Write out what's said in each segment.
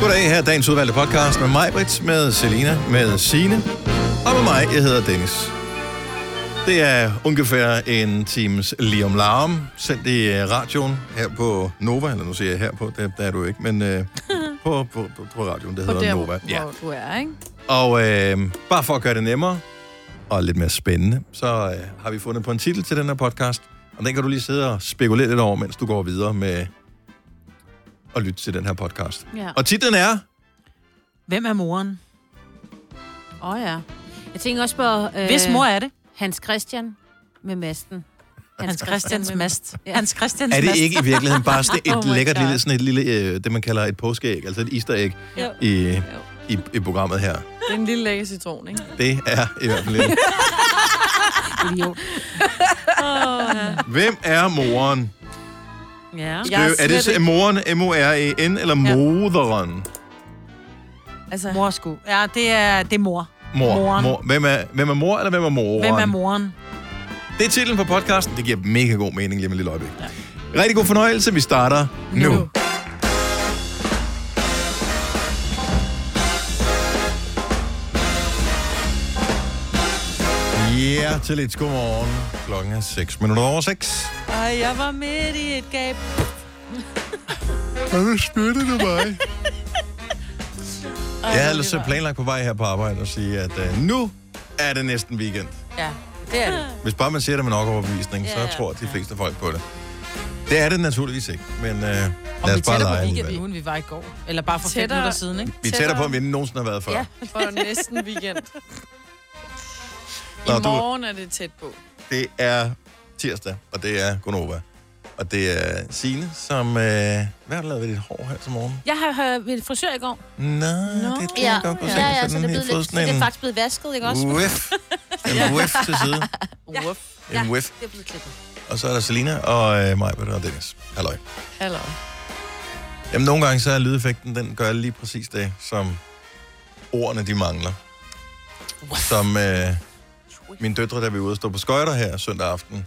goddag. Her er dagens udvalgte podcast med mig, Britt, med Selina, med Sine og med mig. Jeg hedder Dennis. Det er ungefær en times Liam Larm, sendt i øh, radioen her på Nova, eller nu siger jeg her på, der, der er du ikke, men øh, på, på, på, på radioen, der hedder der, Nova. hvor du er, ikke? Og øh, bare for at gøre det nemmere og lidt mere spændende, så øh, har vi fundet på en titel til den her podcast. Og den kan du lige sidde og spekulere lidt over, mens du går videre med at lytte til den her podcast. Ja. Og titlen er... Hvem er moren? Åh oh, ja. Jeg tænker også på... Øh, Hvis mor er det? Hans Christian med masten. Hans Christians med- mast. Hans Christians Er det mast. ikke i virkeligheden bare sådan et Oh oh my lækkert God. lille, sådan et lille, øh, det man kalder et påskeæg, altså et easter egg Jo. i, i, i programmet her? Det er en lille lækker citron, ikke? Det er i hvert fald lidt. Idiot. Hvem er moren? Ja. Jeg er Skriv, er det slet så- moren, M-O-R-E-N, E eller moderen? Altså, Mor sku. Ja, det er, det er mor. Mor. Moren. mor. Hvem, er, hvem er mor, eller hvem er moren? Hvem er moren? Det er titlen på podcasten. Det giver mega god mening lige om et lille øjeblik. Ja. Rigtig god fornøjelse. Vi starter nu. nu. Nu. Hjerteligt godmorgen. Klokken er 6 minutter over 6. Og jeg var midt i et gab. Og nu spytter du mig. Jeg havde ellers planlagt på vej her på arbejde og sige, at øh, nu er det næsten weekend. Ja, det er det. Hvis bare man siger det med nok overbevisning, yeah, så tror de fleste folk på det. Det er det naturligvis ikke, men øh, lad Og os vi bare tætter på lege weekend alligevel. ugen, vi var i går. Eller bare for fem Tættere. minutter siden, ikke? Vi er tættere på, end vi nogensinde har været før. Ja. for næsten weekend. I Nå, du- morgen er det tæt på. Det er tirsdag, og det er Gonova. Og det er Signe, som... Øh, hvad har du lavet ved dit hår her til morgen? Jeg har hørt ved frisør i går. Nå, no, det kan jeg godt kunne se. ja, ja, sådan så det er, helt blevet fået lidt, så sådan det er en faktisk blevet vasket, ikke også? Whiff. En whiff til side. Ja. En whiff. Det er blevet klippet. Og så er der Selina og øh, mig, og Dennis. Halløj. Hallo. Jamen, nogle gange så er lydeffekten, den gør lige præcis det, som ordene, de mangler. Som øh, mine døtre, der vi ude og stå på skøjter her søndag aften,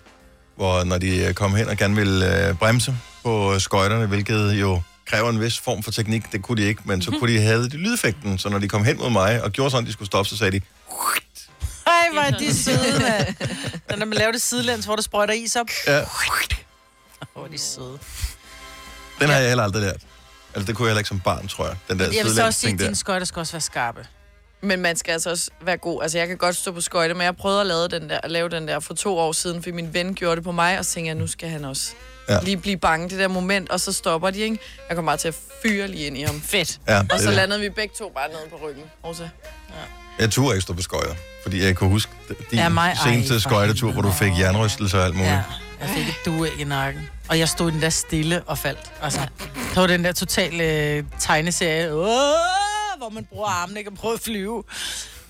hvor når de øh, kom hen og gerne ville øh, bremse på øh, skøjterne, hvilket jo kræver en vis form for teknik, det kunne de ikke, Mhm. men så kunne de have det lydeffekten, så når de kom hen mod mig og gjorde sådan, de skulle stoppe, så sagde de, Ej, hvor er de søde, mand. Men Når man laver det sidelæns, hvor der sprøjter is op. ja, Hvor er de søde. den har jeg heller aldrig lært. Altså, det kunne jeg heller ikke som barn, tror jeg. Den der Jeg vil så også sige, sidelæns-ting at der. dine skøjter skal også være skarpe. Men man skal altså også være god. Altså, jeg kan godt stå på skøjte, men jeg prøvede at lave den der, at lave den der for to år siden, fordi min ven gjorde det på mig, og så tænkte jeg, nu skal han også Ja. ja. lige blive bange det der moment, og så stopper de, ikke? Jeg kom bare til at fyre lige ind i ham. Fedt. Ja, Og det så er det. landede vi begge to bare nede på ryggen. Og så, Jeg turde ikke stå på skøjter, fordi jeg kunne huske din ja, Ja, mig- mig, ej, seneste for skøjtetur, hvor du fik helvede. jernrystelse og alt muligt. Ja, Ja. jeg fik et due i nakken. Og jeg stod i den der stille og faldt. Altså, det var den der totale øh, tegneserie, Åh, hvor man bruger armene ikke og prøver at flyve.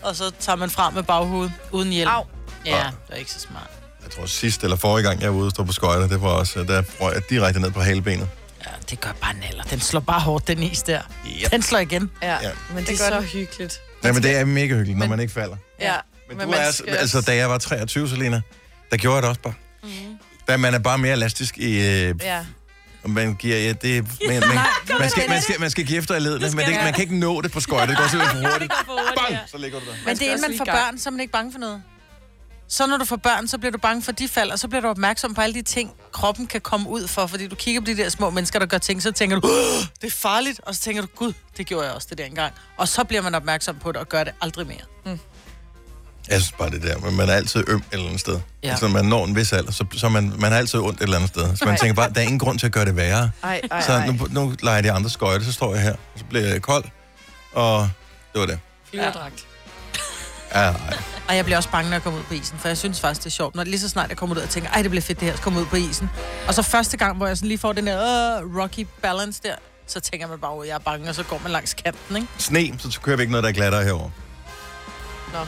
Og så tager man frem med baghovedet uden hjælp. Au. Ja, det var ikke så smart. Jeg tror sidst eller forrige gang, jeg var ude og stå på skøjter, det var også, der røg jeg direkte ned på halebenet. Ja, det gør bare naller. Den slår bare hårdt, den is der. Yep. Den slår igen. ja. Ja. ja. Men det, Det er gør så det. hyggeligt. Nej, men det er mega hyggeligt, når man ikke falder. Ja. Men, men du er, skal... altså, da jeg var 23, Selina, der gjorde jeg det også bare. Mm. Da man er bare mere elastisk i... Øh, Ja. man giver, ja, det, man, man, man, skal, man, skal, man skal give efter i ledene, men det, man kan ikke nå det på skøjter. Det går simpelthen for hurtigt. Bang! Så ligger du der. Men skal det er også inden man lige får i gang. børn, så er man ikke bange for noget. Så når du får børn, så bliver du bange for de fald, og så bliver du opmærksom på alle de ting, kroppen kan komme ud for. Fordi du kigger på de der små mennesker, der gør ting, så tænker du, "Åh, det er farligt. Og så tænker du, gud, det gjorde jeg også det der engang. Og så bliver man opmærksom på det og gør det aldrig mere. Jeg synes bare det der, men man er altid øm et eller andet sted. Ja. Ja. Altså, når man når en vis alder, så, så er man, man er altid ondt et eller andet sted. Så man tænker bare, der er ingen grund til at gøre det værre. Ej, ej, Så ej. nu, nu leger de andre skøjte, så står jeg her, og så bliver jeg kold, og det var det. Flyverdragt. Ja, ej. Og jeg bliver også bange, når jeg kommer ud på isen, for jeg synes faktisk, det er sjovt. Når lige så snart jeg kommer ud og tænker, ej, det bliver fedt det her, så kommer jeg ud på isen. Og så første gang, hvor jeg sådan lige får den der øh, rocky balance der, så tænker man bare, at jeg er bange, og så går man langs kanten, ikke? Sne, så kører vi ikke noget, der er glattere herover. Nå.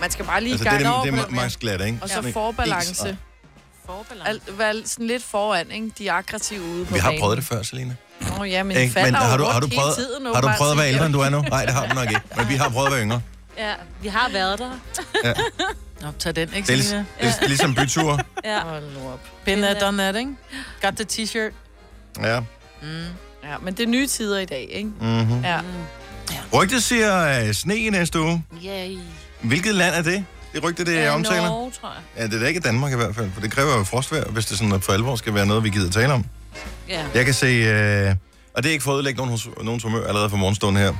Man skal bare lige Altså, altså, det, er gang det, det over på er den der. max glat, ikke? Og Sådan så en is og- forbalance. Forbalance. Alt, vær sådan lidt foran, ikke? De er aggressive ude på Vi har banen. prøvet det før, Selina. Nå ja, men, Ikke? ikke, Men har du, har, du hele prøvet, tiden, har du åbenbart, prøvet at være siger ældre, end du er nu? Nej, det har du nok ikke. Men vi har prøvet at være yngre. Ja, vi har været der. Nå, tag den, ikke? Det er, Selina? lig- det er ligesom byture. Ja. jeg. Hold nu op. Been Been there, Mm. there. done that, ikke? Got the t-shirt. Ja. Ja, men det er nye tider i dag, ikke? Mm-hmm. Ja. Mm. Rygtet siger øh, sne i næste uge. Yay. Hvilket land er det? Det rygte, det jeg Øh, omtaler? Norge, tror jeg. Ja, det er da ikke Danmark i hvert fald, for det kræver jo frostvejr, hvis det sådan at for alvor skal være noget, vi gider tale om. Ja. Jeg kan se, øh, og det er ikke for at ødelægge nogen, hus- nogen humør allerede fra morgenstunden her.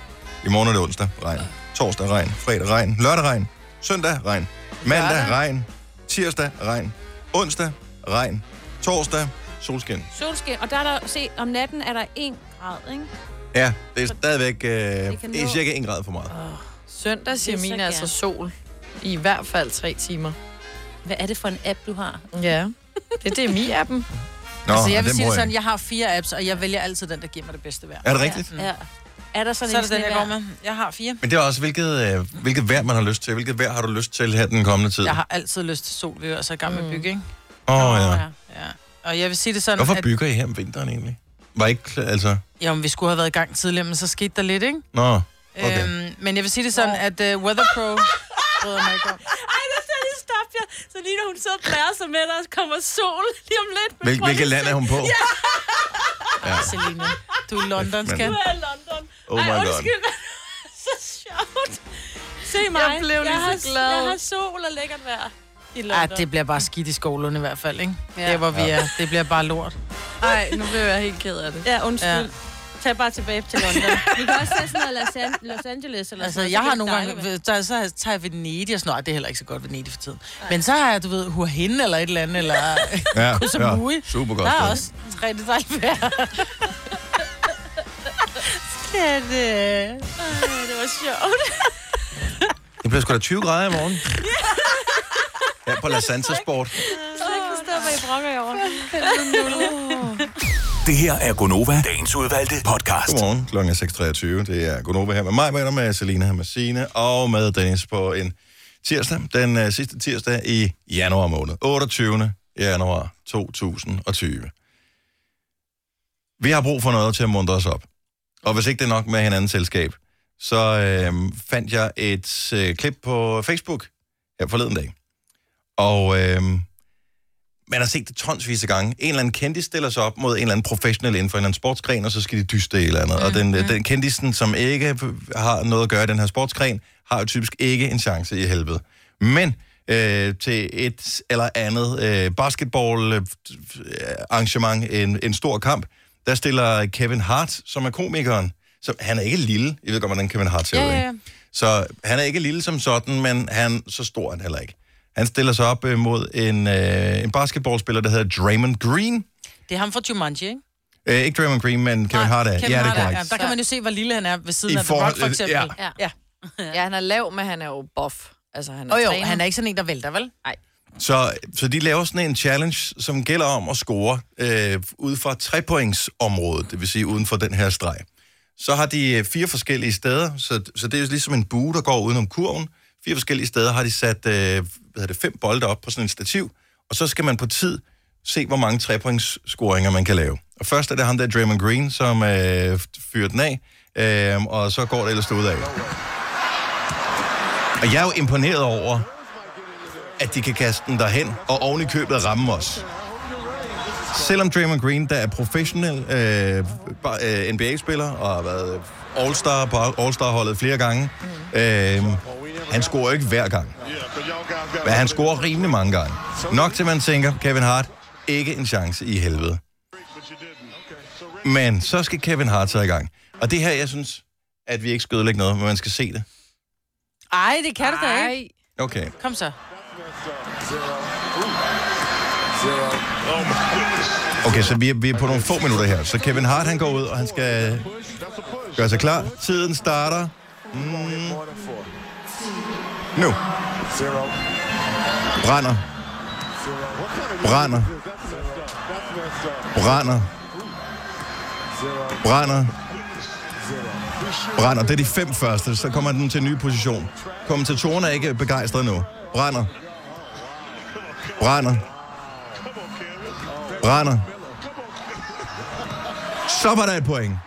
I morgen er det onsdag, regn. Torsdag, regn. Fredag, regn. Lørdag, regn. Søndag, regn. Mandag, regn. Tirsdag, regn. Onsdag, regn. Torsdag, solskin. Solskin. Og der er der, se, om natten er der 1 grad, ikke? Ja, det er stadigvæk øh, det kan er nå- cirka 1 grad for meget. Søndag siger Det er så min gerne. altså sol. I hvert fald tre timer. Hvad er det for en app, du har? Ja. Det er DMI-appen. Nå, altså, og jeg vil den sige det bruger sådan, jeg har fire apps, og jeg vælger altid den, der giver mig det bedste vejr. Er det rigtigt? Ja. ja. Er der sådan Så er en det den, jeg snevejr? går med. Jeg har fire. Men det er også, hvilket, øh, hvilket vejr man har lyst til. Hvilket vejr har du lyst til her den kommende tid? Jeg har altid lyst til sol, vi er så i gang med at bygge, ikke? Åh, oh, ja. ja. Ja. Og jeg vil sige det sådan, Hvorfor at bygger I her om vinteren egentlig? Var ikke, kl- altså... jo, men vi skulle have været i gang tidligere, men så skete der lidt, ikke? Nå, okay. Okay. Øhm, men jeg vil sige det sådan, at uh, Weather Pro Oh bryder mig ikke om. Ej, der skal jeg lige stoppe jer. Så lige når hun sidder og blærer sig med dig, så kommer sol lige om lidt. Men Hvil, prøv hvilket lige land er hun på? Selina, du er London, Men- skal. at være i London. Oh my Ej, god. undskyld. så sjovt. Se mig. Jeg blev lige så har, glad. Jeg har sol og lækkert vejr i Ej, London. det bliver bare skidt i skolen i hvert fald, ikke? Ja. Ja. Der, hvor vi er, det bliver bare lort. Nej, nu blev jeg helt ked af det. Ja, undskyld. Ja. Ja. Tag bare tilbage til London. Vi kan også tage sådan noget Los, An- Los Angeles. Eller Altså, sådan noget, jeg så har kan nogle det dejligt gange, der, så tager jeg Venedig og sådan noget, Ej, det er heller ikke så godt Venedig for tiden. Men så har jeg, du ved, Hurhinde eller et eller andet, eller Ja, Kosamui. super godt. der er også rigtig dejligt vejr. Skal det... øh, være. Ej, Det var sjovt. Det bliver sgu da 20 grader i morgen. Her på La Santa Sport. Jeg kan ikke forstå, hvad I brokker jer over. Det her er Gonova, dagens udvalgte podcast. Godmorgen, klokken er 6.23. Det er Gunova her med mig, med, med Selina, med Sine og med Dennis på en tirsdag. Den øh, sidste tirsdag i januar måned. 28. januar 2020. Vi har brug for noget til at muntre os op. Og hvis ikke det er nok med hinandens selskab, så øh, fandt jeg et øh, klip på Facebook her forleden dag. Og øh, man har set det tonsvis af gange. En eller anden kendis stiller sig op mod en eller anden professionel inden for en eller anden sportsgren, og så skal de dyste et eller andet. Mm. Og den, den kendisen, som ikke har noget at gøre i den her sportsgren, har jo typisk ikke en chance i helvede. Men øh, til et eller andet øh, basketball øh, arrangement, en, en stor kamp, der stiller Kevin Hart, som er komikeren, som, han er ikke lille. Jeg ved godt, hvordan Kevin Hart ser ud. Ja, ikke? ja, ja. Så han er ikke lille som sådan, men han, så stor er han heller ikke. Han stiller sig op øh, mod en, øh, en basketballspiller, der hedder Draymond Green. Det er ham fra Jumanji, ikke? Øh, ikke Draymond Green, men Kevin Hart er. Kevin ja, det Hart er er- korrekt. Der kan man jo se, hvor lille han er ved siden I af The Rock, forhold- for eksempel. ja. Ja. ja. Ja, han er lav, men han er jo buff. Altså, han er Og jo, træner. han er ikke sådan en, der vælter, vel? Så, så de laver sådan en challenge, som gælder om at score øh, ud fra trepointsområdet, det vil sige uden for den her streg. Så har de øh, fire forskellige steder, så, så det er jo ligesom en bue, der går udenom kurven. Fire forskellige steder har de sat øh, hvad hedder det, fem bolde op på sådan en stativ, og så skal man på tid se, hvor mange trepointsscoringer man kan lave. Og først er det ham der, Draymond Green, som øh, fyrer den af, øh, og så går det ellers ud af. Og jeg er jo imponeret over, at de kan kaste den derhen og oven i købet ramme os. Selvom Draymond Green, der er professionel øh, ba- øh, NBA-spiller og har været All-Star på All-Star-holdet flere gange, øh, han scorer ikke hver gang. Men han scorer rimelig mange gange. Nok til man tænker, Kevin Hart, ikke en chance i helvede. Men så skal Kevin Hart så i gang. Og det her, jeg synes, at vi ikke skal ødelægge noget, men man skal se det. Ej, det kan du da ikke. Nej. Okay. Kom så. Okay, så vi er, vi er på nogle få minutter her. Så Kevin Hart, han går ud, og han skal gøre sig klar. Tiden starter Mm. nu. Brænder. Brænder. Brænder. Brænder. Brænder. Det er de fem første, så kommer den til en ny position. Kommentatoren er ikke begejstret nu. Brænder. Brænder. Brænder. Så var der et point.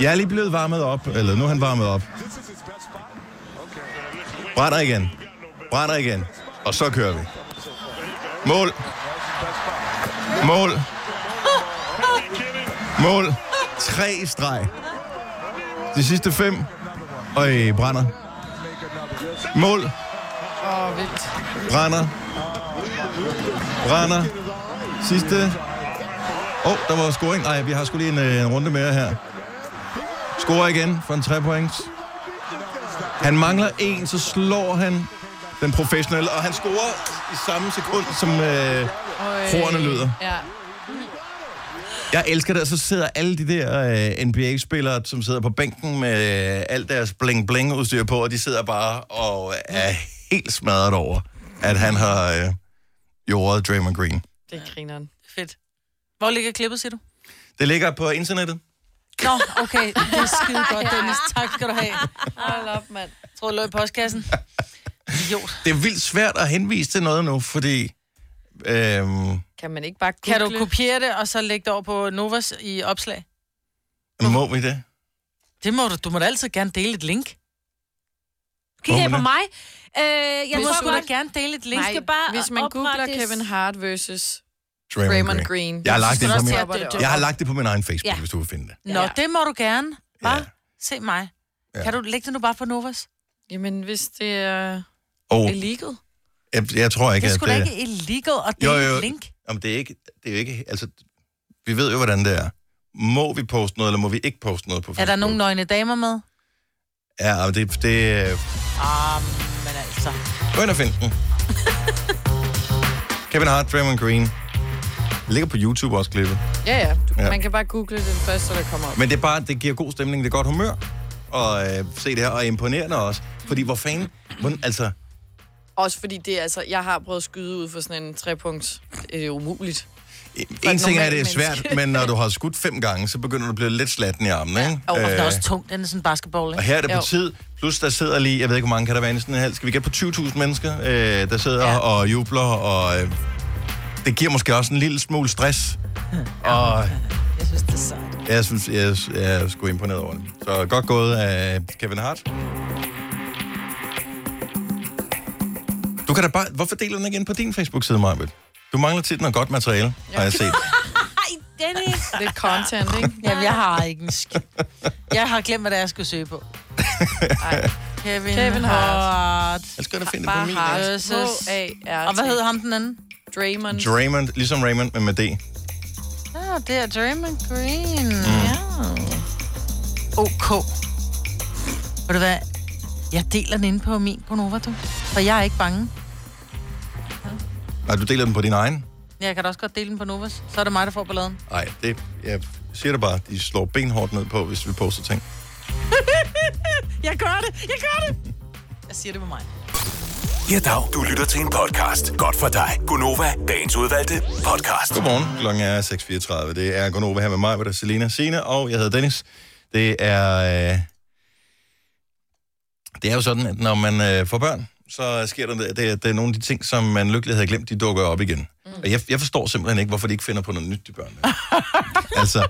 Jeg er lige blevet varmet op, eller nu er han varmet op. Brænder igen. Brænder igen. Og så kører vi. Mål. Mål. Mål. Tre i streg. De sidste fem. Og I brænder. Mål. Åh, oh, vildt. Brænder. Brænder. Sidste. Åh, oh, der var scoring. Nej, vi har sgu lige en, øh, en runde mere her. Scorer igen for en 3 points. Han mangler en, så slår han den professionelle, og han scorer i samme sekund, som øh, hornet lyder. Ja. Jeg elsker det, og så sidder alle de der øh, NBA-spillere, som sidder på bænken med øh, alt deres bling-bling-udstyr på, og de sidder bare og er helt smadret over, at han har øh, jordet Draymond Green. Det er grineren. Fedt. Hvor ligger klippet, siger du? Det ligger på internettet. Nå, okay. Det er skide godt, Dennis. Tak skal du have. Hold op, mand. Jeg troede, det lå i postkassen. Idiot. Det er vildt svært at henvise til noget nu, fordi... Øh, Kan man ikke bare google? Kan du kopiere det, og så lægge det over på Novas i opslag? må vi det? Det må du. Du må da altid gerne dele et link. Kig her Hvorfor på mig. Øh, jeg Du må må sgu godt... da gerne dele et link. Nej, skal bare Hvis man googler oprettes- Kevin Hart versus Draymond, Raymond Green. Jeg har lagt så det skal på man min- også tage det op. Jeg har lagt det på min egen Facebook, ja. Ja. hvis du vil finde det. Nå, Ja. det må du gerne. Bare Ja. se mig. Ja. Kan du lægge det nu bare på Novas? Jamen, hvis det er Og illegal. jeg, jeg tror ikke, Det er at... øh, sgu da ikke illegal at Jo, dele jo. et link. Jamen, det er ikke, det er jo ikke, altså, vi ved jo, hvordan det er. Må vi poste noget, eller må vi ikke poste noget på Facebook? Er der nogen nøgne damer med? Ja, men det, det øh, Men altså... Gå ind og find den. Kevin Hart, Draymond Green. Det ligger på YouTube også, klippet. Ja, ja. Du, Ja. ja. Man kan bare google den første, der kommer op. Men det er bare, det giver god stemning, det er godt humør. Og øh, se det her, og imponerende også. Fordi hvor fanden, hvordan, altså, Også fordi det er, altså, jeg har prøvet at skyde ud for sådan en trepunkt. Det er umuligt. en ting er, normalt det er menneske. svært, men når du har skudt fem gange, så begynder du at blive lidt slatten i armen, ikke? Og øh. det er Øh, også tungt, den er sådan en basketball, Og ikke? her er det på Jo. tid. Plus, der sidder lige, jeg ved ikke, hvor mange kan der være i sådan en halv. Skal vi gætte på 20.000 mennesker, øh, der sidder ja. og jubler, og øh, det giver måske også en lille smule stress. Og Jeg synes, det er sejt. jeg synes, jeg, jeg er sgu imponeret over det. Så godt gået af Kevin Hart. Du kan da bare... Hvorfor deler den ikke ind på din Facebook-side, Marvitt? Du mangler tit noget godt materiale, har jeg set. Ej, Dennis. Det er content, ikke? Jamen, jeg har ikke en skid. Jeg har glemt, hvad det er, jeg skulle søge på. Ej. Kevin, Kevin Hart. Jeg skal da finde det på Bare min. Hart. versus- H-A-R-T. Og hvad hedder ham den anden? Draymond. Draymond, ligesom Raymond, men med D. Ja, Ah, det er Draymond Green. Mm. Ja. OK. Ved du hvad? Jeg deler den inde på min Gonova, du. For jeg er ikke bange. Nej, du deler den på din egen? Jeg kan da også godt dele den på Novas. Så er det mig, der får balladen. Nej, det, jeg siger det bare, de slår benhårdt ned på, hvis vi poster ting. Jeg gør det! Jeg gør det! Jeg siger det med mig. Ja, dag. Du lytter til en podcast. Godt for dig. Gunova, dagens udvalgte podcast. Godmorgen, klokken er 6.34. Det er Gonova her med mig, hvor der er Selina Sine, og jeg hedder Dennis. Det er... Øh... Det er jo sådan, at når man øh, får børn, så sker der det, det, det er nogle af de ting, som man lykkeligt havde glemt, de dukker op igen. Mm. Og jeg, jeg forstår simpelthen ikke, hvorfor de ikke finder på noget nyt, de børn. altså...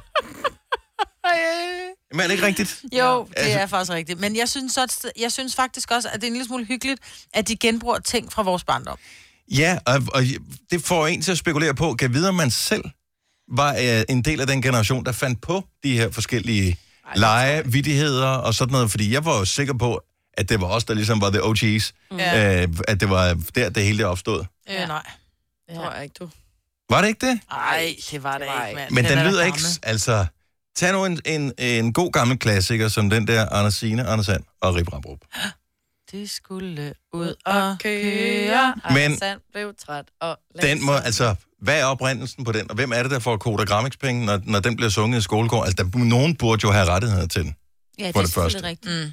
Men er det ikke rigtigt? Jo, det Altså- altså... er faktisk rigtigt. Men jeg synes, også, jeg synes faktisk også, at det er en lille smule hyggeligt, at de genbruger ting fra vores barndom. Ja, og, og det får en til at spekulere på, kan vide, om man selv var øh, en del af den generation, der fandt på de her forskellige lege, vidtigheder og sådan noget, fordi jeg var jo sikker på, at det var os, der ligesom var the OG's, mm. øh, at det var der, det hele opstod. Ja. Øh, nej. Ja. Tror jeg ikke, du. Var det ikke det? Nej, det var det var ikke, mand. ikke. Men den, er da den lyder ikke, gammel. altså, tag nu en, en, en god gammel klassiker, som den der Anders Signe, Anders Sand og Rip Rap Rup. De skulle ud og køre. Køre, og Men- Sand blev træt og lagde Den må, altså, hvad er oprindelsen på den, og hvem er det, der får kodagrammiks-penge, når, når den bliver sunget i skolegården? Altså, der, nogen burde jo have rettigheder til den. Ja, det For er det første. selvfølgelig rigtigt. Mm. sig.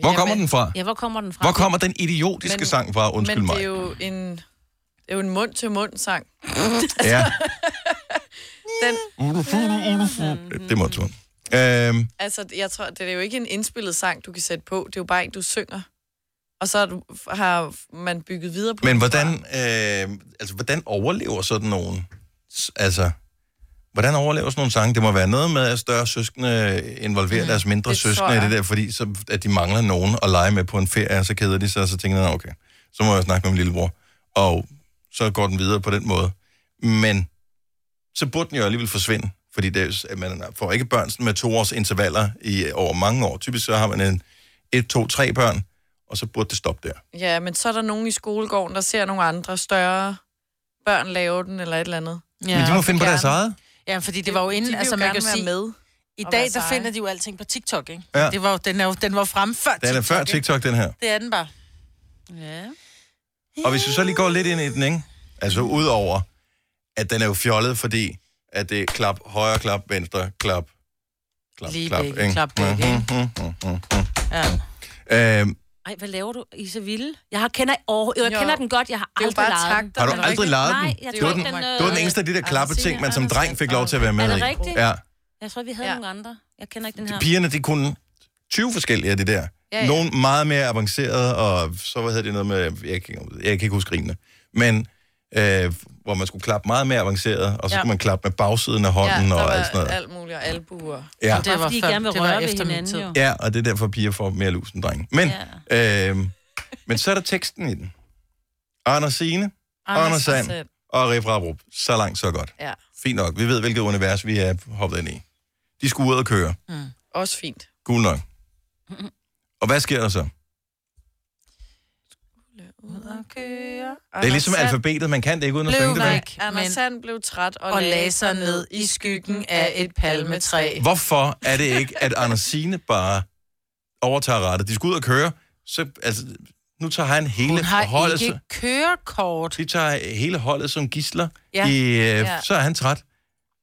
Hvor kommer Jamen, den fra? Ja, hvor kommer den fra? Hvor kommer den idiotiske men, Men- sang fra? Undskyld Men mig. det er jo en... Det er jo en mund-til-mund-sang. Ja. Den, det må du. Øhm, altså, jeg tror, det er jo ikke en indspillet sang, du kan sætte på. Det er jo bare en, du synger. Og så har du- har man bygget videre på men den hvordan, fra. øh, altså, hvordan overlever sådan nogen? S- Altså, hvordan overlever sådan nogle sange? Det må være noget med, at større søskende involverer mm, deres mindre det tror søskende i det jeg. der, fordi så, at de mangler nogen at lege med på en ferie, og så keder de sig, og så tænker de, "Nå, okay, så må jeg snakke med min lillebror. Og så går den videre på den måde. Men så burde den jo alligevel forsvinde, Fordi det, er jo s- at man får ikke børn sådan med to års intervaller i, over mange år. Typisk så har man en, et, to, tre børn, og så burde det stoppe der. Ja, men så er der nogen i skolegården, der ser nogle andre større børn lave den, eller et eller andet. Ja, Men de må finde på deres gerne. eget. Ja, fordi det var jo inden, de vil altså jo man gerne kan jo være sige, med. i og være dag, der seje. finder de jo alting på TikTok, ikke? Ja. Det var jo, den, er jo, den var fremme før Den er TikTok, før ikke? TikTok, den her. Det er den bare. Ja. Og hvis vi så lige går lidt ind i den, ikke? Altså udover, at den er jo fjollet, fordi at det er klap, højre klap, venstre klap, klap, Lige klap, begge, klap begge, Mhm, mhm, mhm, Ja. mhm. Øhm, Ej, hvad laver du i Seville? Jeg har kender, oh, jeg Jo. kender den godt, jeg har er jo aldrig bare lejet den. takter, har du Er det aldrig rigtigt? lejet Nej, den? jeg Det tror var den... den, øh, det var den eneste af de der klappeting, man som dreng fik lov til at være med Er det i. rigtigt? Ja. Jeg tror, vi havde Ja. nogle andre. Jeg kender ikke den her. Pigerne, de kunne 20 forskellige af det der. Ja, ja. Nogle meget mere avancerede, og så hvad hedder det noget med, jeg kan, ikke- jeg kan ikke huske rimene, men øh, hvor man skulle klappe meget mere avanceret, og så ja. Ja. skulle man klappe med bagsiden af hånden der ja, og var alt sådan noget. alt muligt, og albuer. Ja. Det var fordi I før- gerne vil det var røre ved efter min hinanden, tid. jo. Ja, og det er derfor, piger får mere lus end drenge. Men, ja. øh, men så er der teksten i den. Anders Signe, Anders Sand Sand. og Rip Rabrup. Så langt, så godt. Ja, Fint nok. Vi ved, hvilket univers vi er hoppet ind i. De skulle ud og køre. også fint. Gul nok. Og hvad sker der så? Det er ligesom alfabetet. Man kan det ikke uden at Blev synge det med. væk. Anders Men- Sand blev træt og, Og lagde sig ned i skyggen af et palmetræ. Hvorfor er det ikke, at Anders Signe bare overtager rettet? De skal ud og køre. Så, altså, nu tager han hele Hun har holdet. ikke kørekort. de tager hele holdet som gisler, ja. Ja. i, øh, ja. Ja. så er han træt.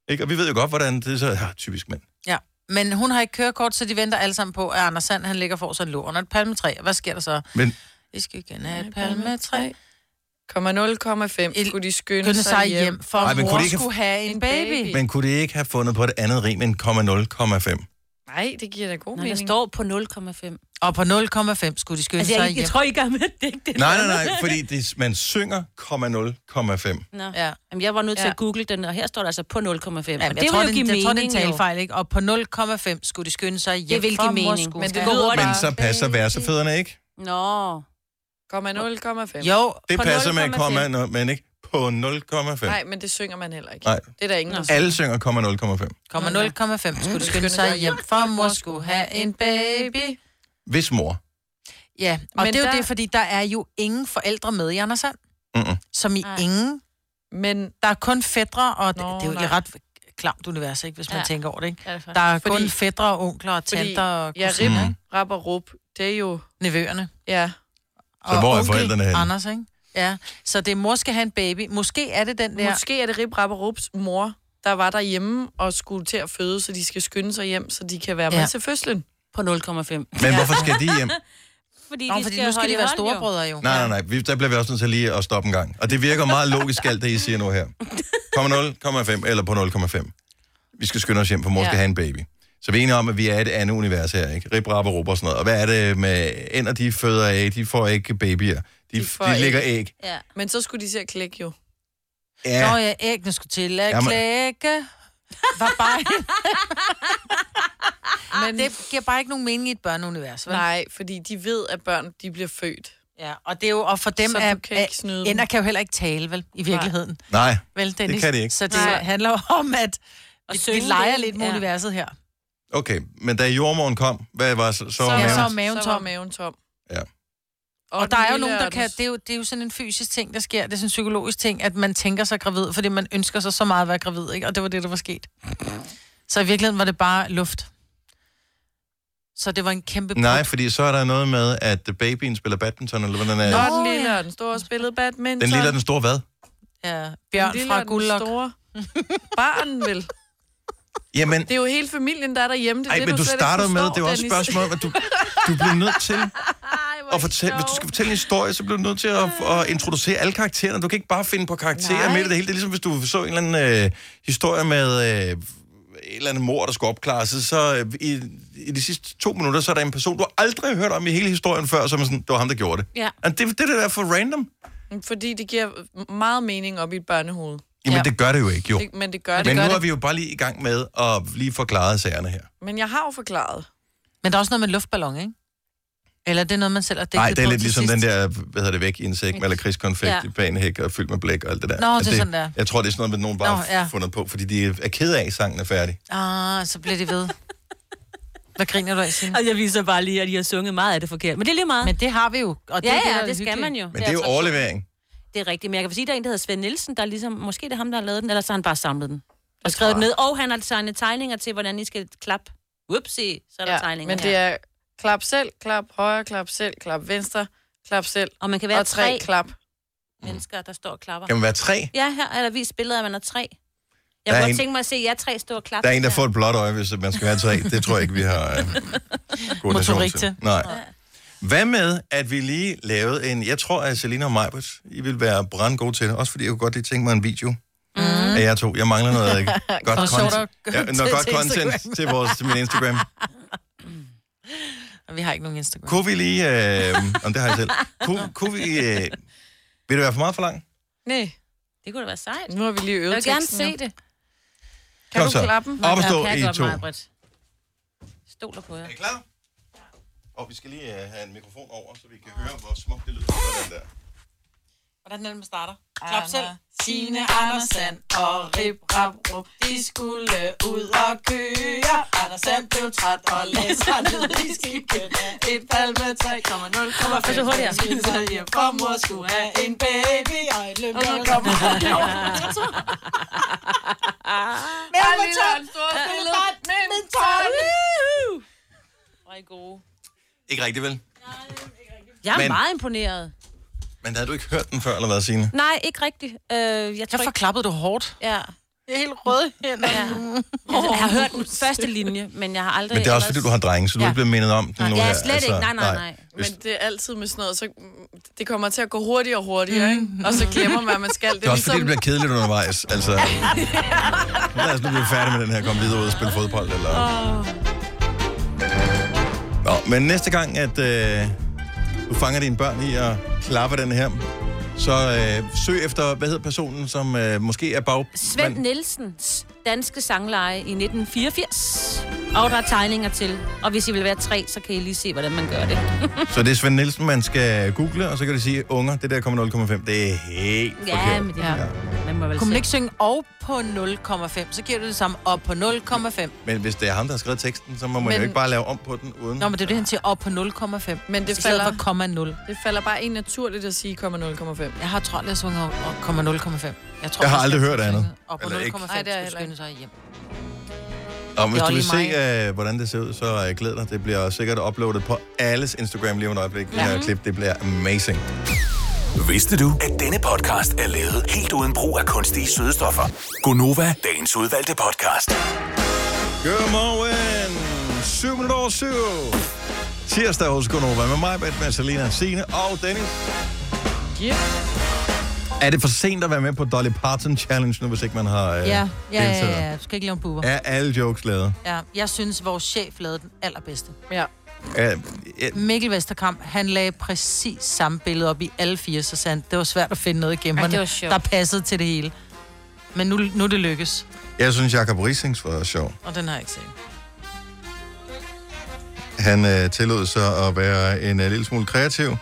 Ikke? Og vi ved jo godt, hvordan det er så ja, typisk mænd. Ja. Men hun har ikke kørekort, så de venter alle sammen på, at Anders Sand, han ligger for sig lå under et palmetræ. Hvad sker der så? Men I skyggen af et palmetræ. 0,5 Et- skulle de skynde, Skynde sig hjem, for Ej, Ej, men mor kunne de skulle ikke have en en baby. baby? men kunne det ikke have fundet på et andet rim end 0,5? Nej, det giver da god Nå, mening. der står på 0,5. Og på 0,5 skulle de skynde Altså, sig jeg, jeg hjem. tror ikke, jeg med det. er ikke det Nej, nej, nej, fordi det, man synger 0,5. Nå. Ja. Jamen, jeg var nødt til Ja. at google den, og her står der altså på 0,5. Ja, Ja, men det men jeg, vil tror, jo det, give jeg mening, tror, det er en jo. talefejl, ikke? Og på 0,5 skulle de skynde sig hjem. Det vil for give mors mening, skud. men det Gå lyder hurtigt. Men så passer versefødderne ikke. Nå. 0,5. Jo, Det På passer med 0,5. komma, nå, men ikke på 0,5. Nej, men det synger man heller ikke. Nej. Det er der ingen, der synger. Alle synger 0,5. kommer 0,5 skulle de skynde Skynde sig sig hjem. For mor skulle have en baby. Hvis mor. Ja, og Men det er jo der- det, fordi der er jo ingen forældre med i Anders Sand. Mm-mm. Som i Nej. ingen. Men Der er kun fædre, og det, Nå, det er jo et nej. ret klamt univers, ikke, hvis man Ja. tænker over det. Ikke? Ja, det er Der er Fordi- kun fædre og onkler og fordi, tanter og ja, kusiner, rip, ikke? rap og rup, det er jo, nevøerne. ja, Så og hvor er onkel forældrene henne? Anders, ikke? Ja, så det er mor skal have en baby. Måske er det den der... Ja. Måske er det Rip Rap og Rups mor, der var derhjemme og skulle til at føde, så de skal skynde sig hjem, så de kan være med Ja. til fødslen. På 0,5. Men hvorfor skal de hjem? Fordi, Nå, fordi nu skal holde de i være hånd, jo. storebrødre jo. Nej, nej, nej. Vi- Der bliver vi også nødt til lige at stoppe en gang. Og det virker meget logisk, alt det, I siger nu her. Kommer 0,5 eller på 0,5. Vi skal skynde os hjem, for mor skal Ja. have en baby. Så vi er enige om, at vi er i et andet univers her, ikke? Rip, rap og rup og sådan noget. Og hvad er det med ender, de føder af? De får ikke babyer. De, de, De får de æg. lægger æg. Ja. Men så skulle de til at klikke jo. Ja, Nå ja, æggene skulle til at Jamen- klække. Var bare... Men, det giver bare ikke nogen mening i et børneunivers, vel? Ah, nej, fordi de ved, at børn de bliver født. Ja, og det er jo, og for dem Så du er, kan ikke snyde ender dem. kan jo heller ikke tale, vel, i virkeligheden. Nej. nej. Vel, Dennis? kan de ikke. Så det Nej. handler jo om, at vi, vi synge leger det. lidt med Ja. universet her. Okay, men da jordmoren kom, hvad var så, så, var ja, maven? så var maven så var tom. maven tom. Ja. Og, og der den er jo lille nogen, der og den kan... Det er jo, det er jo sådan en fysisk ting, der sker. Det er sådan en psykologisk ting, at man tænker sig gravid, fordi man ønsker sig så meget at være gravid, ikke? Og det var det, der var sket. Så i virkeligheden var det bare luft. Så det var en kæmpe... Nej, fordi så er der noget med, at babyen spiller badminton, eller hvordan er Nå, det? den lille ja. og den store spillede badminton. Den lille og den store hvad? Ja, Den Bjørn lille fra og den Guldlok. store. Barn vel. Jamen, Det er jo hele familien, der er derhjemme. Det er Ej, det, men du slet ikke startede med, forstår, det var også et Dennis. spørgsmål, at du, du blev nødt til Ej, hvor at fortælle, hvis du skal fortælle en historie, så bliver du nødt til at, at introducere alle karaktererne. Du kan ikke bare finde på karakterer Nej. midt i det hele. Det er ligesom, hvis du så en eller anden øh, historie med øh, et eller andet mor, der skal opklares, så øh, i, i de sidste to minutter, så er der en person, du aldrig har hørt om i hele historien før, som er sådan, det var ham, der gjorde det. Ja. Og Det, det, er det der for random. sjovt. Fordi det giver meget mening op i et børnehoved. Jamen, Ja. det gør det jo ikke, jo. Det, men det gør det. Men gør nu er det. vi jo bare lige i gang med at lige forklare sagerne her. Men jeg har jo forklaret. Men der er også noget med en luftballon, ikke? Eller det er noget, man selv har digtet Nej, det er på lidt til ligesom sidst. den der, hvad hedder det, væk insekt, malakrigskonfekt, Ja. ja. banehæk og fyldt med blæk og alt det der. Nå, At det er sådan, det er. Jeg tror, det er sådan noget, med nogen bare Nå, Nå, ja. ja. fundet på, fordi de er ked af, at sangen er færdig. Ah, så bliver de ved. Hvad griner du af, Signe? Og jeg viser bare lige, at I har sunget meget af det forkert. Men det er lige meget. Men det har vi jo. Og ja, er der ja, er det skal hyggeligt. man jo. Men det er jo attraktion. overlevering. Det er rigtigt, men jeg kan sige, at der er en, der hedder Svend Nielsen, der er ligesom, måske det er ham, der har lavet den, eller så har han bare samlet den. Og skrevet den ned, og han har tegnet tegninger til, hvordan I skal klappe. Whoopsie, så er der ja, Ja, tegninger men det er klap selv, klap højre, klap selv, klap venstre, klap selv. Og man kan være og tre, tre, klap. mennesker, der står og klapper. Kan man være tre? Ja, her er der vist billeder, af, at man er tre. Der Jeg er kunne godt en- tænke mig at se jer tre stå og klappe. Der er en, der får et blåt øje, hvis man skal have tre. Det tror jeg ikke, vi har øh, god Motorik til. Nej. Hvad med, at vi lige lavede en... Jeg tror, at Selina og Majbert, I vil være brandgode til det. Også fordi jeg kunne godt lige tænke mig en video mm. af jer to. Jeg mangler noget godt Noget sjovt content, og ja, noget godt til- godt til content Instagram. til, vores, til min Instagram. Og vi har ikke nogen Instagram. Kunne vi lige... Øh, om det har jeg selv. Kunne, kunne vi... Øh, vil det være for meget for langt? Nej, Det kunne da være sejt. nu har vi lige øvet Jeg vil gerne teksten jo. se det. Kan Kom du så. klappe den? Op og stå, jeg I kan godt, to. Maj-Brit. Stoler på jer. Er I klar? Og vi skal lige øh, have en mikrofon over, så vi kan høre, hvor smukt det lyder. Sådan der. Hvordan er det, man starter? Klap selv. Signe Andersen og Rip Rap Rup, de skulle ud og køre. Andersen blev træt og læser ned i skibet. Et palmetræ, 3,0, kommer Og så hurtigere. så hjem for mor skulle have en baby. Og en løb, der kommer. Ah. Men hvor tørt, spille badminton. Hvor er I gode. Ikke rigtigt, vel? Jeg er Men- men... meget imponeret. Men havde du ikke hørt den før, eller hvad, Signe? Nej, ikke rigtigt. Øh, jeg tror Hvorfor ikke, klappede du hårdt? ja. Jeg er helt rød hænder. Ja. Altså, jeg har hørt den første linje, men jeg har aldrig... Men det er også, fordi ellers- du har drenge, så du Ja. ikke bliver mindet om den nu Ja, her. Altså, slet ikke. Nej, nej, nej. Hvis- Men det er altid med sådan noget, så mm, det kommer til at gå hurtigere og hurtigere, ikke? Og så glemmer man, at man skal. ligesom- Det er også fordi, det bliver kedeligt undervejs. Altså, lad os nu blive færdige med den her. Kom videre ud og spille fodbold. Eller... Nå, men næste gang, at øh, du fanger dine børn i at klappe den her, så øh, søg efter, hvad hedder personen, som øh, måske er bag... Svend Nielsens danske sangleje i 1984. Og der er tegninger til. Og hvis I vil være tre, så kan I lige se, hvordan man gør det. Så det er Svend Nielsen, man skal google, og så kan du sige, unger, det der kommer 0,5. Det er helt Ja, forkert. men det ja. man må vel Kunne man se. ikke synge og på 0,5, så giver du det samme og på 0,5. Men hvis det er ham, der har skrevet teksten, så må man Men- jo ikke bare lave om på den uden... Nå, men det er jo det, han siger, og på 0,5. Men det I stedet falder- for komma 0. Det falder bare ind naturligt at sige 0,5. Jeg har trådt, jeg sunget om og komma 0,5. Jeg, tror, Jeg har man aldrig skal hørt synge andet. Og på Eller ikke. 0,5 Nej, det har jeg skal heller skynde sig hjem. Og hvis Det er du vil også lige se, øh, hvordan det ser ud, så øh, glæder dig. Det bliver sikkert uploadet på alles Instagram lige om et øjeblik. Det her klip, det bliver amazing. Vidste du, at denne podcast er lavet helt uden brug af kunstige sødestoffer? Gonova, dagens udvalgte podcast. Godmorgen! 7 minutter over 7. Tirsdag hos Gunova med mig, med Salina, Signe og Dennis. Yeah. Er det for sent at være med på Dolly Parton Challenge nu, hvis ikke man har øh, Ja, ja, ja, deltaget? ja, ja. Du skal ikke lave en buber. Er alle jokes lavet? Ja, jeg synes, vores chef lavede den allerbedste. Ja. Er, ja, Mikkel Vesterkamp, han lagde præcis samme billede op i alle fire, så sagde han, det var svært at finde noget i gemmerne, det var sjovt. der passede til det hele. Men nu, nu er det lykkes, jeg synes, Jacob Risings var sjov. og den har jeg ikke set. Han øh, tillod sig at være en øh, lille smule kreativ.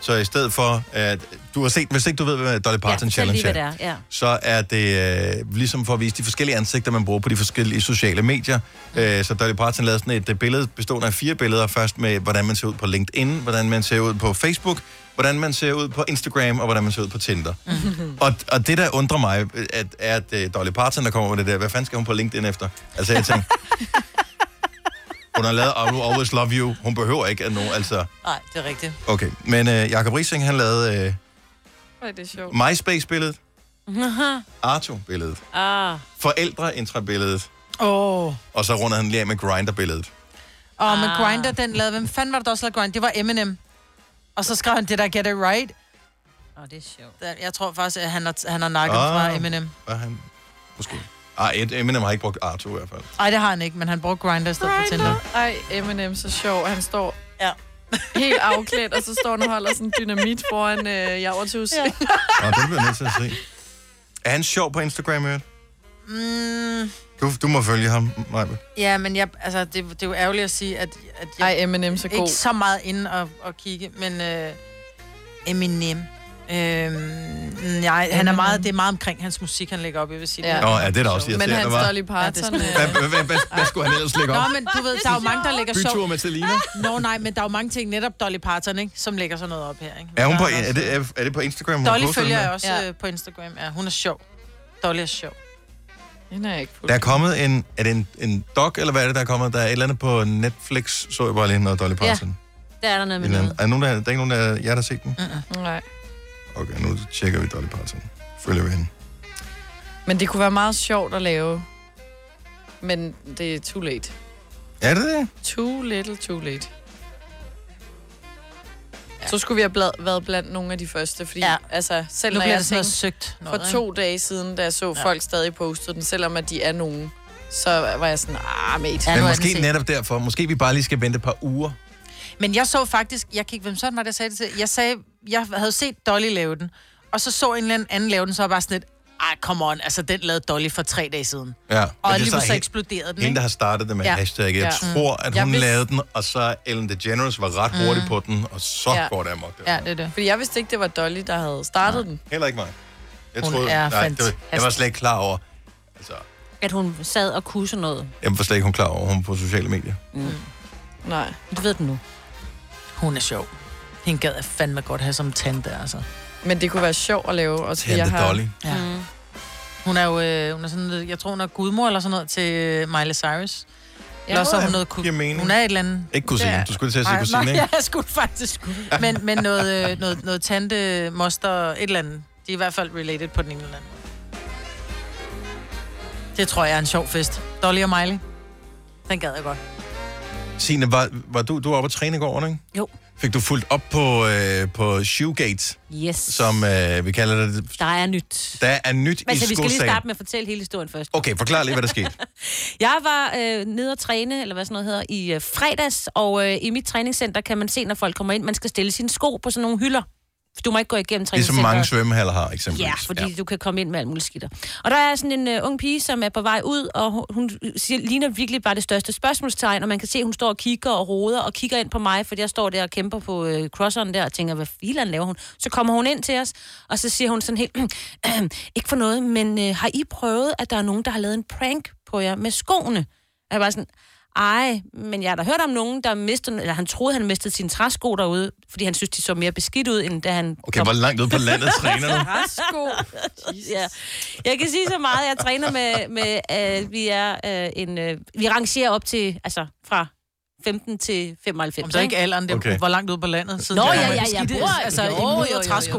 Så i stedet for, at du har set, hvis ikke du ved, hvad Dolly Parton ja, fortæl Challenge lige, hvad det er, er. Ja. så er det øh, ligesom for at vise de forskellige ansigter, man bruger på de forskellige sociale medier. Øh, så Dolly Parton lavede sådan et øh, billede bestående af fire billeder. Først med, hvordan man ser ud på LinkedIn, hvordan man ser ud på Facebook, hvordan man ser ud på Instagram, og hvordan man ser ud på Tinder. Mm. og, og det, der undrer mig, øh, at, er, at øh, Dolly Parton, der kommer med det der, hvad fanden skal hun på LinkedIn efter? Altså, jeg tænkte, hun har lavet I Will Always Love You. Hun behøver ikke at nogen, altså... Nej, det er rigtigt. Okay, men øh, Jacob Rising, han lavede... Øh, Ej, det er sjovt. MySpace-billedet. Arto-billedet. Ah, Forældreintra-billedet. Åh. Oh. Og så runder han lige af med Grinder-billedet. Og med Grinder, den lavede, hvem fanden var det, der også lavede Grinder? Det var Eminem. Og så skrev han det der Get It Right. oh, det er sjovt. Der- Jeg tror faktisk, at han har, han har nakket oh. Ah. fra Eminem. Var han? Måske. Ej, Ed- Eminem har ikke brugt Arto i hvert fald. Nej, det har han ikke, men han brugte Grinder i stedet for Tinder. Ej, Eminem, så sjov. Han står Ja. helt afklædt, og så står han og holder sådan en dynamit foran øh, Javertus. Ja. Ah, Og det bliver jeg nødt til at se. Er han sjov på Instagram, Jørgen? Mm, Du, du må følge ham, Maja. ja, men jeg, altså, det, det er jo ærgerligt at sige, at, at jeg Ej, Eminem så ikke god. så meget inde og, og kigge, men øh, Eminem. Øhm, nej, han er meget, det er meget omkring hans musik, han lægger op, jeg vil sige. Ja. Ja. Nå, ja, det er da også Men irriterende, han hva'? Dolly Parton. Ja, det øh, Hvad, hvad, hvad, hvad, hvad skulle han ellers lægge op? Nå, men du ved, der er jo mange, der lægger sjov. Bytur med Selina? Nå, nej, men der er jo mange ting, netop Dolly Parton, ikke, som lægger sådan noget op her. Ikke? Er, hun Der på, også- er, det, er, er det på Instagram? hun Dolly poster følger den jeg her? også øh, Ja. ja. på Instagram. Ja, hun er sjov. Dolly er sjov. Hende er jeg ikke fuldt. Der er kommet en... Er det en, en doc, eller hvad er det, der er kommet? Der er et eller andet på Netflix, så jeg bare lige noget Dolly Parton. Ja, Der er der noget et med eller andet. noget. Er der nogen, der, der er ikke nogen, der, jer, der har set Mm. den? Nej. Okay, nu tjekker vi Dolly Parton. Følger vi hende. Men det kunne være meget sjovt at lave. Men det er too late. Er det det? Too little, too late. Så skulle vi have blad, været blandt nogle af de første, fordi ja. Ja. altså, selv Nu når bliver jeg det sådan noget tænkte, søgt. Noget, for to dage siden, da jeg så ja. folk stadig postede den, selvom at de er nogen, så var jeg sådan, ah, mate. Ja. Ja. nu Men er måske den set. netop derfor. Måske vi bare lige skal vente et par uger. ikke? Men jeg så faktisk, jeg kiggede, hvem sådan var det, jeg sagde det til? Jeg sagde, jeg havde set Dolly lave den, og så så en eller anden lave den, så var jeg bare sådan lidt, ej, come on, altså den lavede Dolly for tre dage siden. Ja. Og det lige er så så hende, eksploderede hende, den, der ikke? har startet det med ja. Ja. hashtagget. Jeg Ja. tror, at Jeg hun vidste- lavede den, og så Ellen DeGeneres var ret hurtig på den, og så Ja. går det amok. Ja, det er det. Fordi jeg vidste ikke, det var Dolly, der havde startet den. Heller ikke mig. Jeg Hun troede, er nej, det var, jeg var fantastisk. slet ikke klar over. Altså, At hun sad og kunne sådan noget. jeg var slet ikke hun klar over, hun på sociale medier. Mm. Nej. Du ved den nu. Hun er sjov. Hende gad jeg fandme godt have som tante, altså. Men det kunne være sjovt at lave. Også fordi Tante jeg har... Dolly. Ja. Mm. Hun er jo, øh, hun er sådan, lidt- jeg tror, hun er gudmor eller sådan noget til øh, Miley Cyrus. Eller også har hun noget... ku- giver mening. Hun er et eller andet... Ikke kusine. Ja. Du skulle til at sige Nej, kusine, nej, ikke? jeg skulle faktisk. Men, men noget, øh, noget, noget tante, moster, et eller andet. De er i hvert fald related på den ene eller anden måde. Det tror jeg er en sjov fest. Dolly og Miley. Den gad jeg godt. Signe, var, var du, du var oppe at træne i går, ikke? Jo. Fik du fuldt op på, øh, på Shoegate, Yes. som øh, vi kalder det. Der er nyt. Der er nyt Men altså, i vi skal lige skosagen. starte med at fortælle hele historien først. Okay, forklar lige, hvad der skete. Jeg var øh, nede og træne, eller hvad sådan noget hedder, i øh, fredags, og øh, i mit træningscenter kan man se, når folk kommer ind, man skal stille sine sko på sådan nogle hylder. Du må ikke gå igennem Ligesom træningscenteret. mange svømmehaller har, eksempelvis. Ja, fordi ja. du kan komme ind med alt muligt skidt. Og der er sådan en uh, ung pige, som er på vej ud, og hun, hun siger, ligner virkelig bare det største spørgsmålstegn, og man kan se, at hun står og kigger og roder og kigger ind på mig, fordi jeg står der og kæmper på uh, crosseren der og tænker, hvad filan laver hun? Så kommer hun ind til os, og så siger hun sådan helt, "Ahem, ikke for noget, men uh, har I prøvet, at der er nogen, der har lavet en prank på jer med skoene? Og jeg var sådan, ej, men jeg har da hørt om nogen, der mistede, eller han troede, han mistede sine træsko derude, fordi han synes, de så mere beskidt ud, end da han Okay, hvor langt ude på landet træner du? Rasko. Ja. Jeg kan sige så meget, jeg træner med, med øh, vi er øh, en, øh, vi rangerer op til, altså fra 15 til 95. Om så ikke alderen, det Okay. okay. var langt ude på landet. Siden Nå, det ja, var ja, beskidt, jeg bor- Altså, jo, en jo, hud jo, jo. og træsko.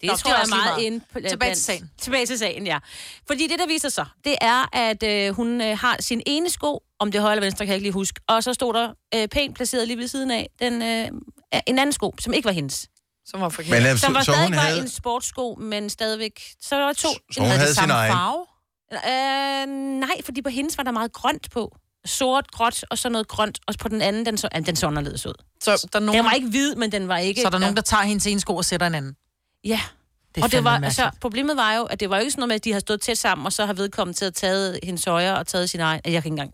Det Nå, Nå, det tror er jeg også lige meget meget. ind. Tilbage til sagen. Tilbage til sagen, ja. Fordi det, der viser sig, det er, at øh, hun øh, har sin ene sko, om det er højre eller venstre, kan jeg ikke lige huske. Og så stod der øh, pænt placeret lige ved siden af den, øh, en anden sko, som ikke var hendes. Som var forkert. Men, Men, øh, så, Som var så, stadig hun var havde, en sportssko, men stadigvæk... Så der var to. så hun havde sin egen. farve. Øh, nej, fordi på hendes var der meget grønt på. Sort, gråt og så noget grønt. Og på den anden, den så, ah, den så anderledes ud. så der er nogen, Den var ikke hvid, men den var ikke... Så er der nogen, der tager hendes ene sko og sætter en anden. Ja, Det er og det var, var, altså, problemet var jo, at det var jo ikke sådan noget med, at de har stået tæt sammen, og så har vedkommende til at taget hendes højre og taget sin egen... Jeg kan ikke engang...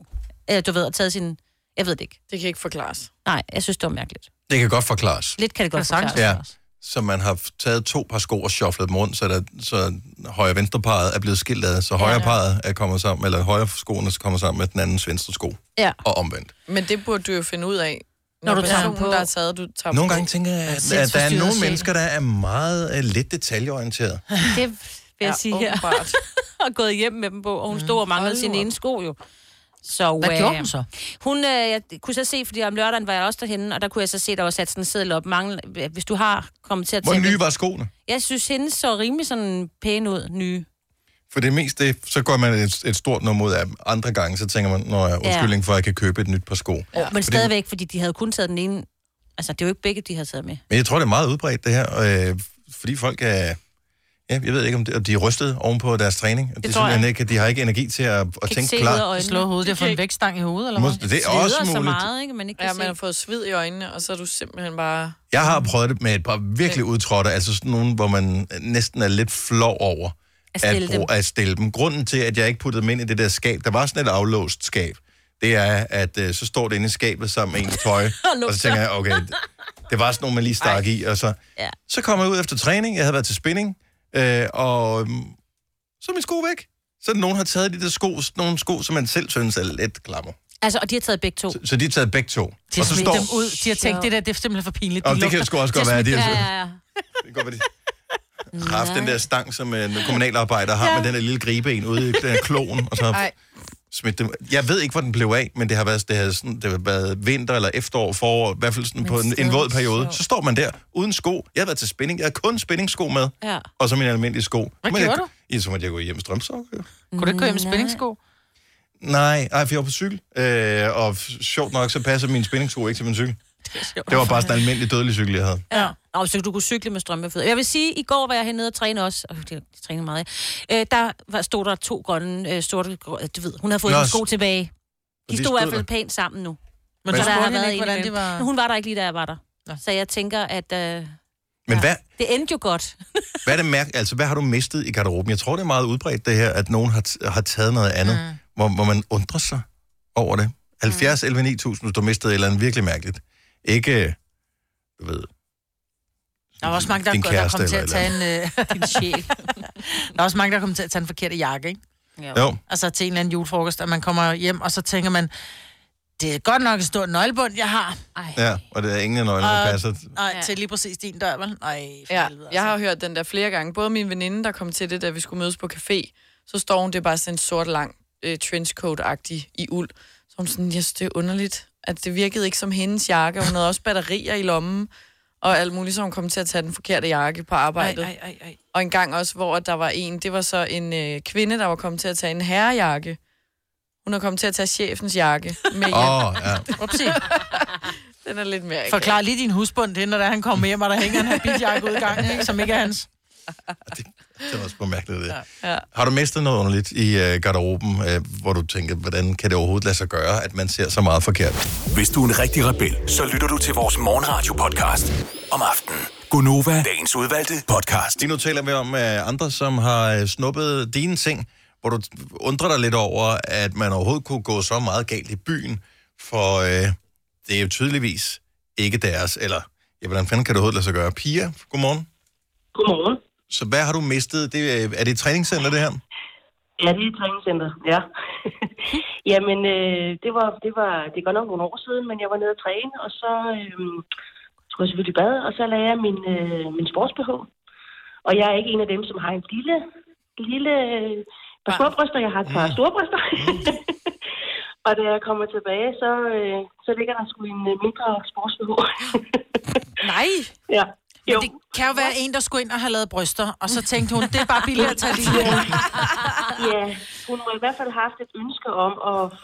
Øh, du ved, og taget sin... Jeg ved det ikke. det kan ikke forklares. Nej, jeg synes, det var mærkeligt. det kan godt forklares. Lidt kan det godt Kan sagtens forklares. Ja. Så man har taget to par sko og shufflet dem rundt, så, der, så højre venstre parret er blevet skilt ad, så højre parret er kommet sammen, eller højre skoene kommer sammen med den andens venstre sko, Ja. og omvendt. Men det burde du jo finde ud af, Når når, når du du tager personen, den på. der har taget, du tager Nogle på. gange tænker jeg, at, at der er sindsforstyrret nogle sjæl. mennesker, der er meget uh, lidt detaljeorienteret. Det vil jeg ja, sige her. åbenbart. Mm. og gået hjem med dem på, og hun stod og manglede Hold sin nu op. ene sko jo. Så, Hvad øh, gjorde hun så? Hun, øh, jeg kunne så se, fordi om lørdagen var jeg også derhenne, og der kunne jeg så se, der var sat sådan en seddel op. Mangel, hvis du har kommet til at Hvor tænke... nye var skoene? Jeg synes, hende så rimelig sådan pæn ud, nye. For det meste, så går man et, et stort nummer ud af dem. Andre gange, så tænker man, når jeg undskyldning for, at jeg kan købe et nyt par sko. Ja. Men stadigvæk, fordi de havde kun taget den ene... Altså, det er jo ikke begge, de havde taget med. Men jeg tror, det er meget udbredt, det her. Øh, fordi folk er... Ja, jeg ved ikke, om de, om de er rystet ovenpå deres træning. Det, det tror jeg. simpelthen ikke, at de har ikke energi til at, at Kan ikke tænke se ud af klart. øjnene. Slå hovedet, det har De fået en kan vækstang i hovedet, eller Må- hvad? Det er ikke også sveder så muligt. meget, ikke? Man ikke kan Ja, ja, man har se. fået sved i øjnene, og så er du simpelthen bare... Jeg har prøvet det med et par virkelig udtrådte, altså sådan nogle, hvor man næsten er lidt flov over, At at, stille dem. bruge, at stille dem. Grunden til, at jeg ikke puttede dem ind i det der skab, der var sådan et aflåst skab, det er, at øh, så står det inde i skabet sammen med ens tøj, og så tænker jeg, okay, d- det var sådan nogle, man lige stak i, og så, Ja. så kom jeg ud efter træning, jeg havde været til spinning, øh, og øhm, så er mine sko væk. Så nogen har taget de der sko, sådan nogle sko, som man selv synes er lidt klammer. Altså, og de har taget begge to. Så de har taget begge to. De har og så smidt dem ud. De har tænkt, det der, det er simpelthen for pinligt. Og det altså- lugter. kan sgu også De har godt være, smidt de har dem. Ja, ja, ja. Det kan godt være, de har haft den der stang, som øh, kommunalarbejder har ja. med den der lille gribeben ude i øh, kloen, og så Ej. smidt dem. Jeg ved ikke, hvor den blev af, men det har været, det har sådan, det har været vinter eller efterår, forår, i hvert fald sådan på en, en våd periode. Så står man der uden sko. Jeg har været til spinning. Jeg har kun spinningsko med, Ja. og så mine almindelige sko. Hvad Men jeg, gjorde Ja, så måtte jeg gå hjem i strømsokker. Kunne du ikke gå hjem med spændingssko? Nej, ej, for jeg var på cykel, øh, og f- sjovt nok, så passer min spændingssko ikke til min cykel. Det var bare sådan en almindelig dødelig cykel, jeg havde. Ja. Og så du kunne cykle med strømpefødder. Jeg vil sige, i går var jeg hernede og træne også. Øh, det de træner meget. ja. Øh, der var, stod der to grønne øh, sorte... grå- øh, Du ved, hun havde fået Nå, en s- sko tilbage. De de stod i hvert stod fald der. pænt sammen nu. Men Men- du Så der spurgte har hende været ikke, en hvordan det var... Men Hun var der ikke lige, da jeg var der. Nå. Så jeg tænker, at øh, Men hvad, det endte jo godt. Hvad, er det mærke, altså, hvad har du mistet i garderoben? Jeg tror, det er meget udbredt det her, at nogen har, t- har taget noget andet, mm. hvor, hvor man undrer sig over det. 70, 11, 9000, hvis du mistede et eller andet virkelig mærkeligt. Ikke, øh, du ved, Der var også mange, der, Din godt, der kæreste kom til at eller tage en... Øh, Din sjæl. der er også mange, der kom til at tage en forkert jakke, ikke? jo, Altså til en eller anden julefrokost, og man kommer hjem, og så tænker man, det er godt nok en stor nøglebund, jeg har. Ej. ja, og det er ingen af nøglerne, der Og- passer. Nej, Ja. ja. til lige præcis din dør, vel? Nej, for Ja, helvede, altså. jeg har hørt den der flere gange. Både min veninde, der kom til det, da vi skulle mødes på café, så står hun, det er bare sådan en sort lang øh, trenchcoat-agtig i uld. Så hun sådan, jeg synes, det er underligt, at det virkede ikke som hendes jakke. og Hun havde også batterier i lommen og alt muligt, så hun kom til at tage den forkerte jakke på arbejdet. Ej, ej, ej, ej. Og en gang også, hvor der var en, det var så en øh, kvinde, der var kommet til at tage en herrejakke. Hun er kommet til at tage chefens jakke med hjem. Oh. Åh, oh, ja. Upsi. Den er lidt mere... Forklar lige din husbund, det er, når der er, han kommer hjem, og der hænger en habitjakke ud i gangen, ikke? som ikke er hans. Det er også på mærkeligt, det. Ja. Ja. Har du mistet noget underligt i øh, garderoben, øh, hvor du tænker, hvordan kan det overhovedet lade sig gøre, at man ser så meget forkert? Hvis du er en rigtig rebel, så lytter du til vores morgenradio-podcast om aftenen. Gunova, dagens udvalgte podcast. Lige nu taler vi om øh, andre, som har øh, snuppet dine ting, hvor du undrer dig lidt over, at man overhovedet kunne gå så meget galt i byen, for øh, det er jo tydeligvis ikke deres, eller ja, hvordan fanden kan det overhovedet lade sig gøre? Pia, godmorgen. Godmorgen. Så hvad har du mistet? Det, øh, er det et træningscenter, det her? Ja, det er et træningscenter, ja. Jamen, øh, det var, det var det er godt nok nogle år siden, men jeg var nede at træne, og så øh, skulle jeg selvfølgelig i bad, og så lagde jeg min, øh, min sports-BH. Og jeg er ikke en af dem, som har en lille, lille øh, par Ah. små bryster. Jeg har et par store bryster. og da jeg kommer tilbage, så, øh, så ligger der sgu en øh, mindre sports-BH. Nej. ja. Jo, Men det kan jo være en, der skulle ind og have lavet bryster, og så tænkte hun, det er bare billigt at tage lige Ah. ja, hun må i hvert fald have haft et ønske om at, Ej,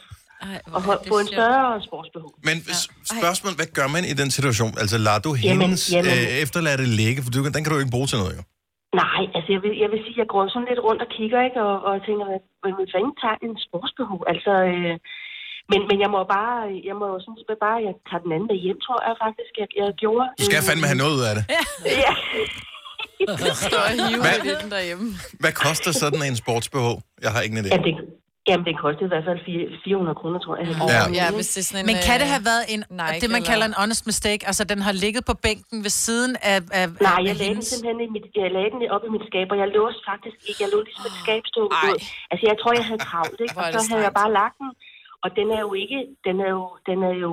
hvor at er holde, det få en slemt. større sports-BH. Men ja. spørgsmålet, hvad gør man i den situation? Altså, lader du Jamen, hendes jamen. Øh, efterladte ligge? For du, kan- den kan du jo ikke bruge til noget, jo. Nej, altså jeg vil, jeg vil sige, jeg går sådan lidt rundt og kigger, ikke, og, og tænker, hvad hvad vil fanden tager en sportsbehov? Altså, øh, men, men jeg må jo bare, jeg må jo sådan set bare, jeg tager den anden med hjem, tror jeg faktisk, jeg, jeg gjorde. Du skal fandme have noget ud af det. Ja, Står og hiver Hvad? lidt i den derhjemme. Hvad koster sådan en sportsbh? Jeg har ingen idé. jamen, den, jamen, den kostede i hvert fald fire- 400 kroner, tror jeg. Ja. Ja, hvis det er sådan en... Men kan det øh, have været en, Nike det, man eller- kalder en honest mistake? Altså, den har ligget på bænken ved siden af, af Nej, af jeg lagde den hendes- simpelthen i mit, jeg lagde den op i mit skab, og jeg låste faktisk ikke. Jeg lå ligesom et skabstål Ah. Ej. ud. Altså, jeg tror, jeg havde travlt, ikke? Hvor Og er det så havde jeg strengt. bare lagt den, og den er jo ikke, den er jo, den er jo,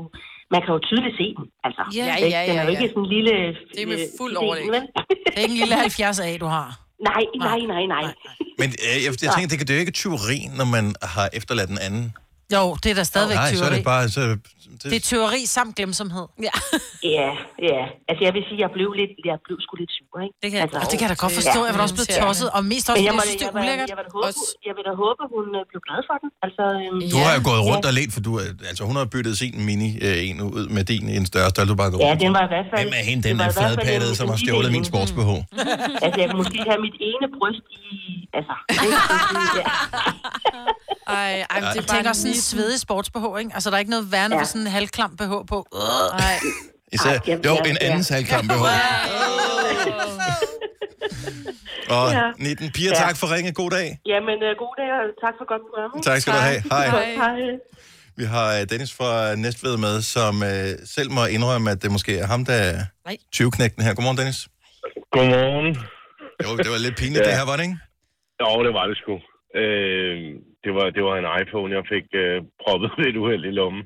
man kan jo tydeligt se den, altså. Ja, Den- ja, Den er ja, jo ikke ja. sådan en lille... Det er med øh, fuld lille en, overlæg. vel? Det er ikke en lille 70 af, du har. nej, nej, nej, nej. Men øh, jeg, jeg tænker, det, kan, det er jo ikke tyveri, når man har efterladt den anden. Jo, det er da stadigvæk Nej, tyveri. så er det bare... Så, det, det er tyveri samt glemsomhed. Ja. Ja, ja. Altså, jeg vil sige, jeg blev lidt, jeg blev sgu lidt sur, ikke? Det kan jeg- altså, Og det kan jeg da godt forstå. Ja. Jeg var da også blevet tosset, og mest men også, fordi jeg, må, jeg jeg, synes, det jeg, er jeg, ulækkert. jeg, vil da håbe, Også- jeg vil da håbe, hun øh, blev glad for den. Altså, øhm, Du har jo gået rundt og let, for du, er- altså, hun har byttet sin mini øh, en ud med din i en større størrelse. Du bare går ja, rundt. den var i hvert fald... Hvem er hende, den det var der i hvert fald fladpattede, en- som en har lille stjålet min en. sports-BH? Altså, jeg kunne måske have mit ene bryst i... Altså, ikke? Ej, ej, men det er Jeg bare tænker også sådan en niche. svedig sports-BH, ikke? Altså, der er ikke noget værre, når Ja. du sådan en halvklam BH på. Øh. Nej. Især, Ej, jamen, jo, ja, en ja. anden salgkamp, BH. Og Ja. 19 piger, Ja. tak for ringe. God dag. Jamen, øh, god dag, og tak for godt program. ikke? Tak skal du have. Hej. Godt, Hej. Vi har øh, Dennis fra Næstved med, som øh, selv må indrømme, at det måske er ham, der er Nej. 20-knægten her. Godmorgen, Dennis. Godmorgen. Det var, det var lidt pinligt, Ja. det her, var det ikke? Jo, det var det sgu. Øh, det, var, det var en iPhone, jeg fik øh, proppet lidt uheld i lommen.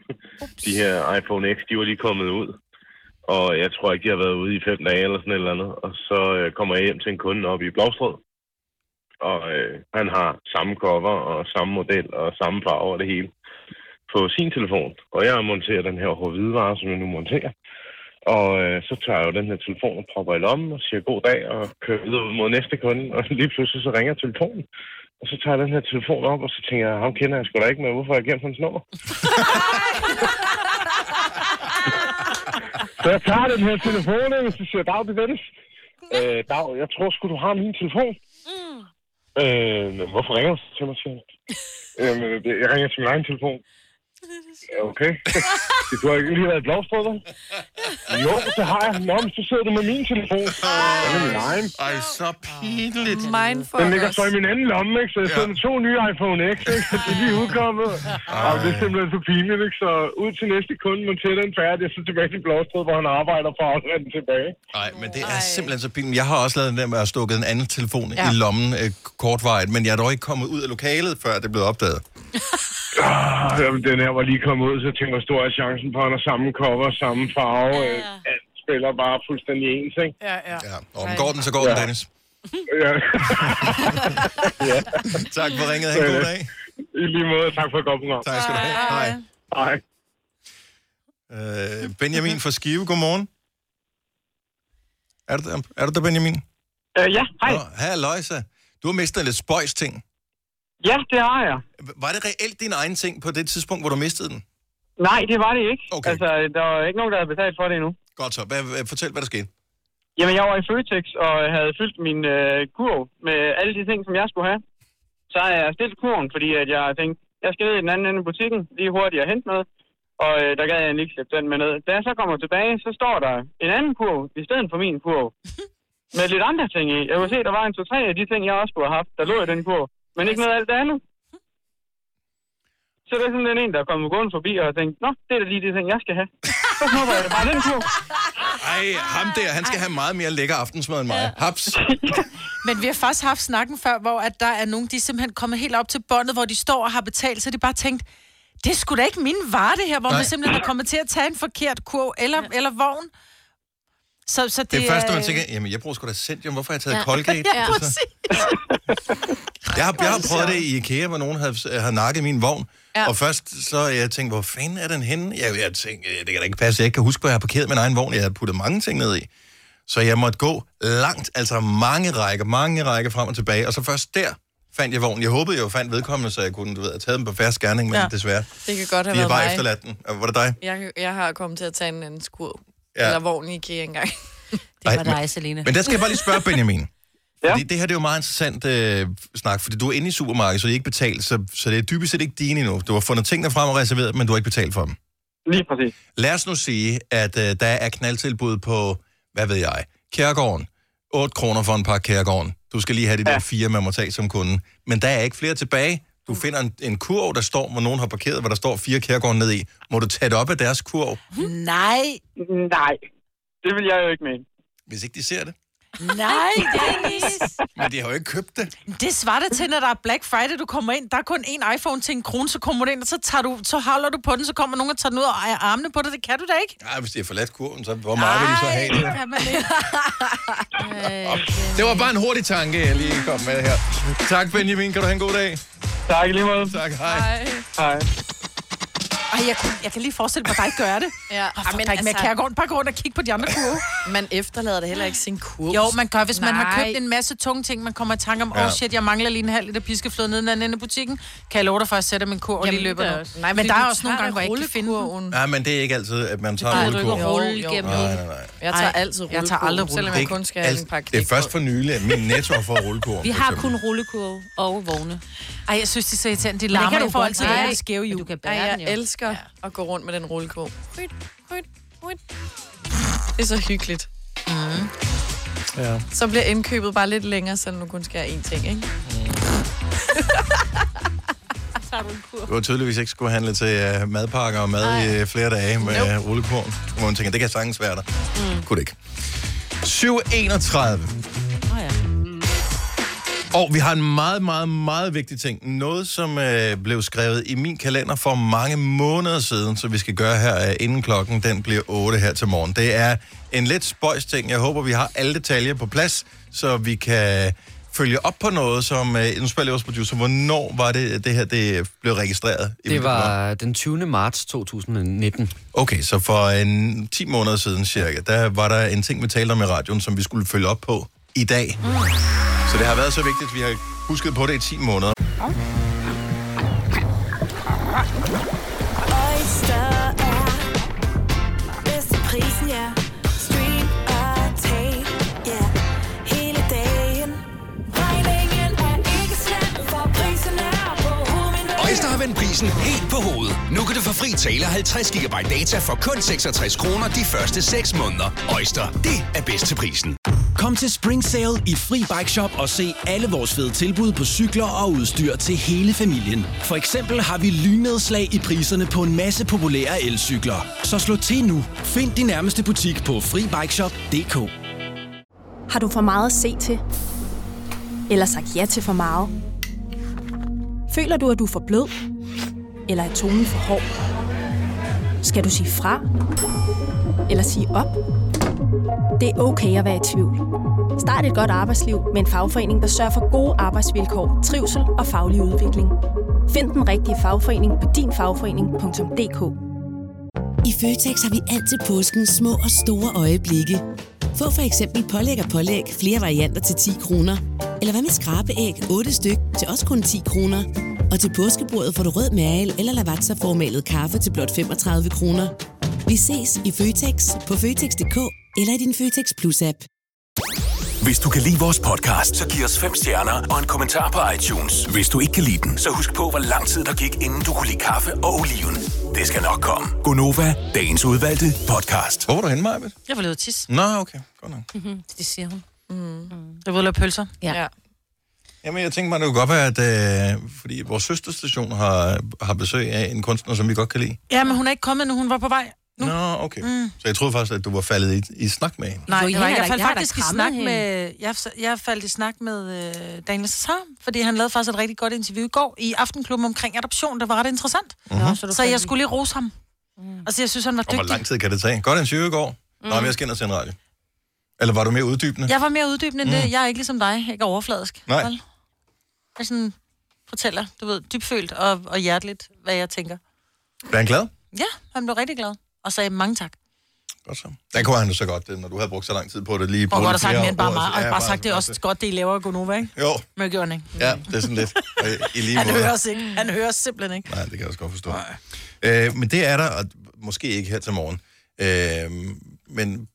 De her iPhone X, de var lige kommet ud. Og jeg tror ikke, de har været ude i fem dage eller sådan et eller andet. Og så øh, kommer jeg hjem til en kunde oppe i Blåstrød. Og øh, han har samme cover og samme model og samme farve og det hele på sin telefon. Og jeg monterer den her hårdhvidevare, som jeg nu monterer. Og øh, så tager jeg jo den her telefon og propper i lommen og siger god dag og kører videre ud mod næste kunde. Og lige pludselig så ringer telefonen. Og så tager jeg den her telefon op, og så tænker jeg, ham kender jeg sgu da ikke, men hvorfor har jeg gemt hans nummer? så jeg tager den her telefon, og så siger jeg, Dag, det er Dennis. Øh, Dag, jeg tror sgu, du har min telefon. Øh, men hvorfor ringer du så til mig, siger han. Jamen, øh, det- jeg ringer til min egen telefon. Ja, okay. Det du har ikke lige været i Blåstrød, vel? Jo, det har jeg. Nå, men så sidder du med min telefon. Ja, det er min egen. Ej, så pinligt. Mindfuck Den ligger så os. i min anden lomme, ikke? Så jeg sidder Ja. med to nye iPhone X, ikke? Så de er lige udkommet. Og det er simpelthen så pinligt, ikke? Så ud til næste kunde, man tæller den færdig, og så tilbage til Blåstred, hvor han arbejder for at aflevere den tilbage. Nej, men det er simpelthen så pinligt. Jeg har også lavet den der med at stukke en anden telefon ja. Ja. i lommen øh, kortvejet, men jeg er dog ikke kommet ud af lokalet, før det blev opdaget. Ah, jamen, den her var lige kommet ud, så jeg tænker, hvor stor er chancen på, at han har samme cover, samme farve. Ja. Ja. Alt spiller bare fuldstændig ens, ikke? Ja, ja. Ja. Og om går den, så går den, Dennis. Ja. Tak for ringet. Ha' en god Ja. dag. I lige måde, tak for at komme med. Tak skal du have. Hej. Hej. Øh, Benjamin fra Skive, godmorgen. Er du, der- er du der, Benjamin? Øh, ja, hej. Nå, halløjsa. Du har mistet lidt spøjs ting. Ja, det har jeg. Var det reelt din egen ting på det tidspunkt, hvor du mistede den? Nej, det var det ikke. Okay. Altså, der var ikke nogen, der havde betalt for det endnu. Godt så. Hvad, hvad, fortæl, hvad der skete. Jamen, jeg var i Føtex og havde fyldt min øh, kurv med alle de ting, som jeg skulle have. Så har jeg stillet kurven, fordi at jeg tænkte, jeg skal ned i den anden ende af butikken, lige hurtigt og hente noget. Og øh, der gad jeg ikke slippe den med ned. Da jeg så kommer tilbage, så står der en anden kurv i stedet for min kurv. Med lidt andre ting i. Jeg kunne se, der var en to-tre af de ting, jeg også skulle have haft, der lå i den kurv. Men ikke noget af alt det andet. Så det er sådan den en, der er kommet gående forbi og har tænkt, nå, det er da lige de ting, jeg skal have. Så snupper jeg da bare den kurv. Ej, ham der, han skal have meget mere lækker aftensmad end mig. Haps. Men vi har faktisk haft snakken før, hvor at der er nogen, de er simpelthen kommet helt op til båndet, hvor de står og har betalt, så de bare tænkt, det skulle da ikke min vare, det her, hvor Nej. Nej. man simpelthen er kommet til at tage en forkert kurv eller, ja. eller vogn. Så, så det, Det første, man er- tænker, jamen jeg bruger sgu da Centium, hvorfor har jeg taget ja. Colgate? Ja, Altså, præcis. jeg, har, jeg har prøvet det i IKEA, hvor nogen havde, havde nakket min vogn, ja. Ja. og først så jeg tænkte, hvor fanden er den henne? Jeg, jeg tænkte, det kan da ikke passe, jeg ikke kan huske, hvor jeg har parkeret min egen vogn, jeg havde puttet mange ting ned i. Så jeg måtte gå langt, altså mange rækker, mange rækker frem og tilbage, og så først der fandt jeg vognen. Jeg håbede, jeg fandt vedkommende, så jeg kunne, du ved, have taget dem på færre skærning, men ja. Ja. desværre, Det kan godt have de har været bare mig. efterladt den. Og Var det dig? Jeg, kan- jeg har kommet til at tage en anden skur. Ja. Ja. Eller vogn i IKEA engang. Det var Nej, men- dig, Selina. Men der skal jeg bare lige spørge Benjamin. Ja. Fordi det her det er jo meget interessant øh, snak, fordi du er inde i supermarkedet, så det er ikke betalt, så, så det er dybest set ikke dine endnu. Du har fundet tingene frem og reserveret, dem, men du har ikke betalt for dem. Lige præcis. Lad os nu sige, at øh, der er knaldtilbud på, hvad ved jeg, Kærgården. 8 kroner for en pakke Kærgården. Du skal lige have de ja. der fire, man må tage som kunde. Men der er ikke flere tilbage. Mm. Du finder en, en kurv, der står, hvor nogen har parkeret, hvor der står fire Kærgården ned i. Må du tage det op af deres kurv, Nej, Nej, det vil jeg jo ikke mene. hvis ikke de ser det? nej, Dennis. Men de har jo ikke købt det. Det svarer til, når der er Black Friday, du kommer ind, der er kun én iPhone til en krone, så kommer du ind, og så, tager du, så holder du på den, så kommer nogen og tager den ud og ejer armene på det. Det kan du da ikke. Nej, hvis de har forladt kurven, så hvor meget vil de så have det? Kan man ikke. Det var bare en hurtig tanke, jeg lige kom med her. Tak, Benjamin. Kan du have en god dag? Tak i lige måde. Tak, hej. Hej. Ej, jeg, kunne- jeg kan lige forestille mig, at dig gør det. Ja. Og men altså... med Kærgården, bare gå rundt og kigge på de andre kurve. man efterlader det heller ikke sin kurv. Jo, man gør, hvis man har Nej. købt en masse tunge ting, man kommer i tanke om, åh Ja. oh shit, jeg mangler lige en halv liter piskefløde nede i den anden ende af butikken, kan jeg love dig for at sætte min kurv og Jamen, lige løber det er ned. også- Nej, Nej, men fordi der er du også nogle tager gange, hvor jeg ikke kan finde den. rullekurven. Nej, men det er ikke altid, at man tager Nej, du ikke rullekurven. Jo, rulle jo. igennem Nej, hele. nej, nej. Jeg tager Ej, altid jeg tager aldrig rullekurven, selvom Det er jeg ikke kun skal have en alt- pakke det er først for knækbrød. nylig, at min netto har fået rullekurven. Vi for har eksempel. kun rullekurve og vogne. Ej, jeg synes, de er så irriterende. De larmer, kan du i forhold til godt. det her Nej. skæve Men hjul. du kan Ej, bære den jeg jo. elsker ja. at gå rundt med den Mm. rullekurv. Ryt, ryt, ryt. Det er så hyggeligt. Ja. Så bliver indkøbet bare lidt længere, selvom du kun skal have én ting, ikke? Du har tydeligvis ikke skulle handle til uh, madpakker og mad i øh, flere dage med nope. rullekorn. Hvor man tænker, det kan sagtens være der. Mm. Kunne det ikke. 731. Åh ja. Og vi har en meget, meget, meget vigtig ting. Noget, som øh, blev skrevet i min kalender for mange måneder siden, så vi skal gøre her, øh, inden klokken den bliver 8 her til morgen. Det er en lidt spøjs ting. Jeg håber, vi har alle detaljer på plads, så vi kan følge op på noget, som... Øh, nu spørger jeg vores producer, hvornår var det, det her det blev registreret? i mit Det program? var den 20. marts 2019. Okay, så for en 10 måneder siden cirka, der var der en ting, vi talte om i radioen, som vi skulle følge op på i dag. Mm. Så det har været så vigtigt, at vi har husket på det i 10 måneder. Oyster er bedst til prisen, ja. Stream og tag, ja. Hele dagen. Regningen er ikke slem, for prisen er på Øjster har vendt prisen helt på hovedet. Nu kan du få fri tale 50 GB data for kun 66 kroner de første 6 måneder. Øjster, det er bedst til prisen. Kom til Spring Sale i Fri Bike Shop og se alle vores fede tilbud på cykler og udstyr til hele familien. For eksempel har vi lynedslag i priserne på en masse populære elcykler. Så slå til nu. Find din nærmeste butik på FriBikeShop.dk Har du for meget at se til? Eller sagt ja til for meget? Føler du, at du er for blød? Eller er tonen for hård? Skal du sige fra? Eller sige op? Det er okay at være i tvivl. Start et godt arbejdsliv med en fagforening, der sørger for gode arbejdsvilkår, trivsel og faglig udvikling. Find den rigtige fagforening på dinfagforening.dk I Føtex har vi altid påsken små og store øjeblikke. Få for eksempel pålæg og pålæg flere varianter til 10 kroner. Eller hvad med skrabeæg 8 styk til også kun 10 kroner. Og til påskebordet får du rød mal eller lavatserformalet kaffe til blot 35 kroner. Vi ses i Føtex på Føtex.dk eller i din Føtex Plus-app. Hvis du kan lide vores podcast, så giv os fem stjerner og en kommentar på iTunes. Hvis du ikke kan lide den, så husk på, hvor lang tid der gik, inden du kunne lide kaffe og oliven. Det skal nok komme. Gonova, dagens udvalgte podcast. Hvor var du henne, Maja? Jeg var ude at tisse. Nå, okay. Godt nok. Mhm, det siger hun. Mhm. Mm. Jeg var ude at lave pølser. Ja. ja. Jamen, jeg tænker mig, det kunne godt være, at øh, fordi vores søsterstation har, har besøg af en kunstner, som vi godt kan lide. Ja, men hun er ikke kommet nu. Hun var på vej. Nu. Nå, okay. Mm. Så jeg troede faktisk, at du var faldet i, i snak med hende. Nej, Jo, jo, I jeg, har jeg, da- jeg faldt jeg har da faktisk i krammet snak hende. med... Jeg, jeg faldt i snak med øh, Daniel Cesar, fordi han lavede faktisk et rigtig godt interview i går i Aftenklubben omkring adoption. Det var ret interessant. Mhm. Mm-hmm. Så, jeg skulle lige rose ham. Mm. Altså, jeg synes, han var Og hvor dygtig. lang tid kan det tage? Godt en 20 i går. Mm. Nå, men jeg skal ind og sende radio. Eller var du mere uddybende? Jeg var mere uddybende end Mm. det. Jeg er ikke ligesom dig. Ikke overfladisk. Nej. Vel? Jeg er sådan fortæller, du ved, dybfølt og, og hjerteligt, hvad jeg tænker. Var han glad? Ja, han blev rigtig glad og sagde mange tak. Godt så. Der kunne han jo så godt, øh, når du havde brugt så lang tid på det lige Og bruge godt sagt flere mere end bare ord, mig. så- Og Ja, bare sagt, det er også godt, det I laver at gå nu, ikke? Jo, Men det gjorde han ikke. ja, det er sådan lidt. Og I- I lige Han måde. hører os ikke. Han hører os simpelthen ikke. Nej, det kan jeg også godt forstå. Øh, men det er der, og måske ikke her til morgen. Øh, men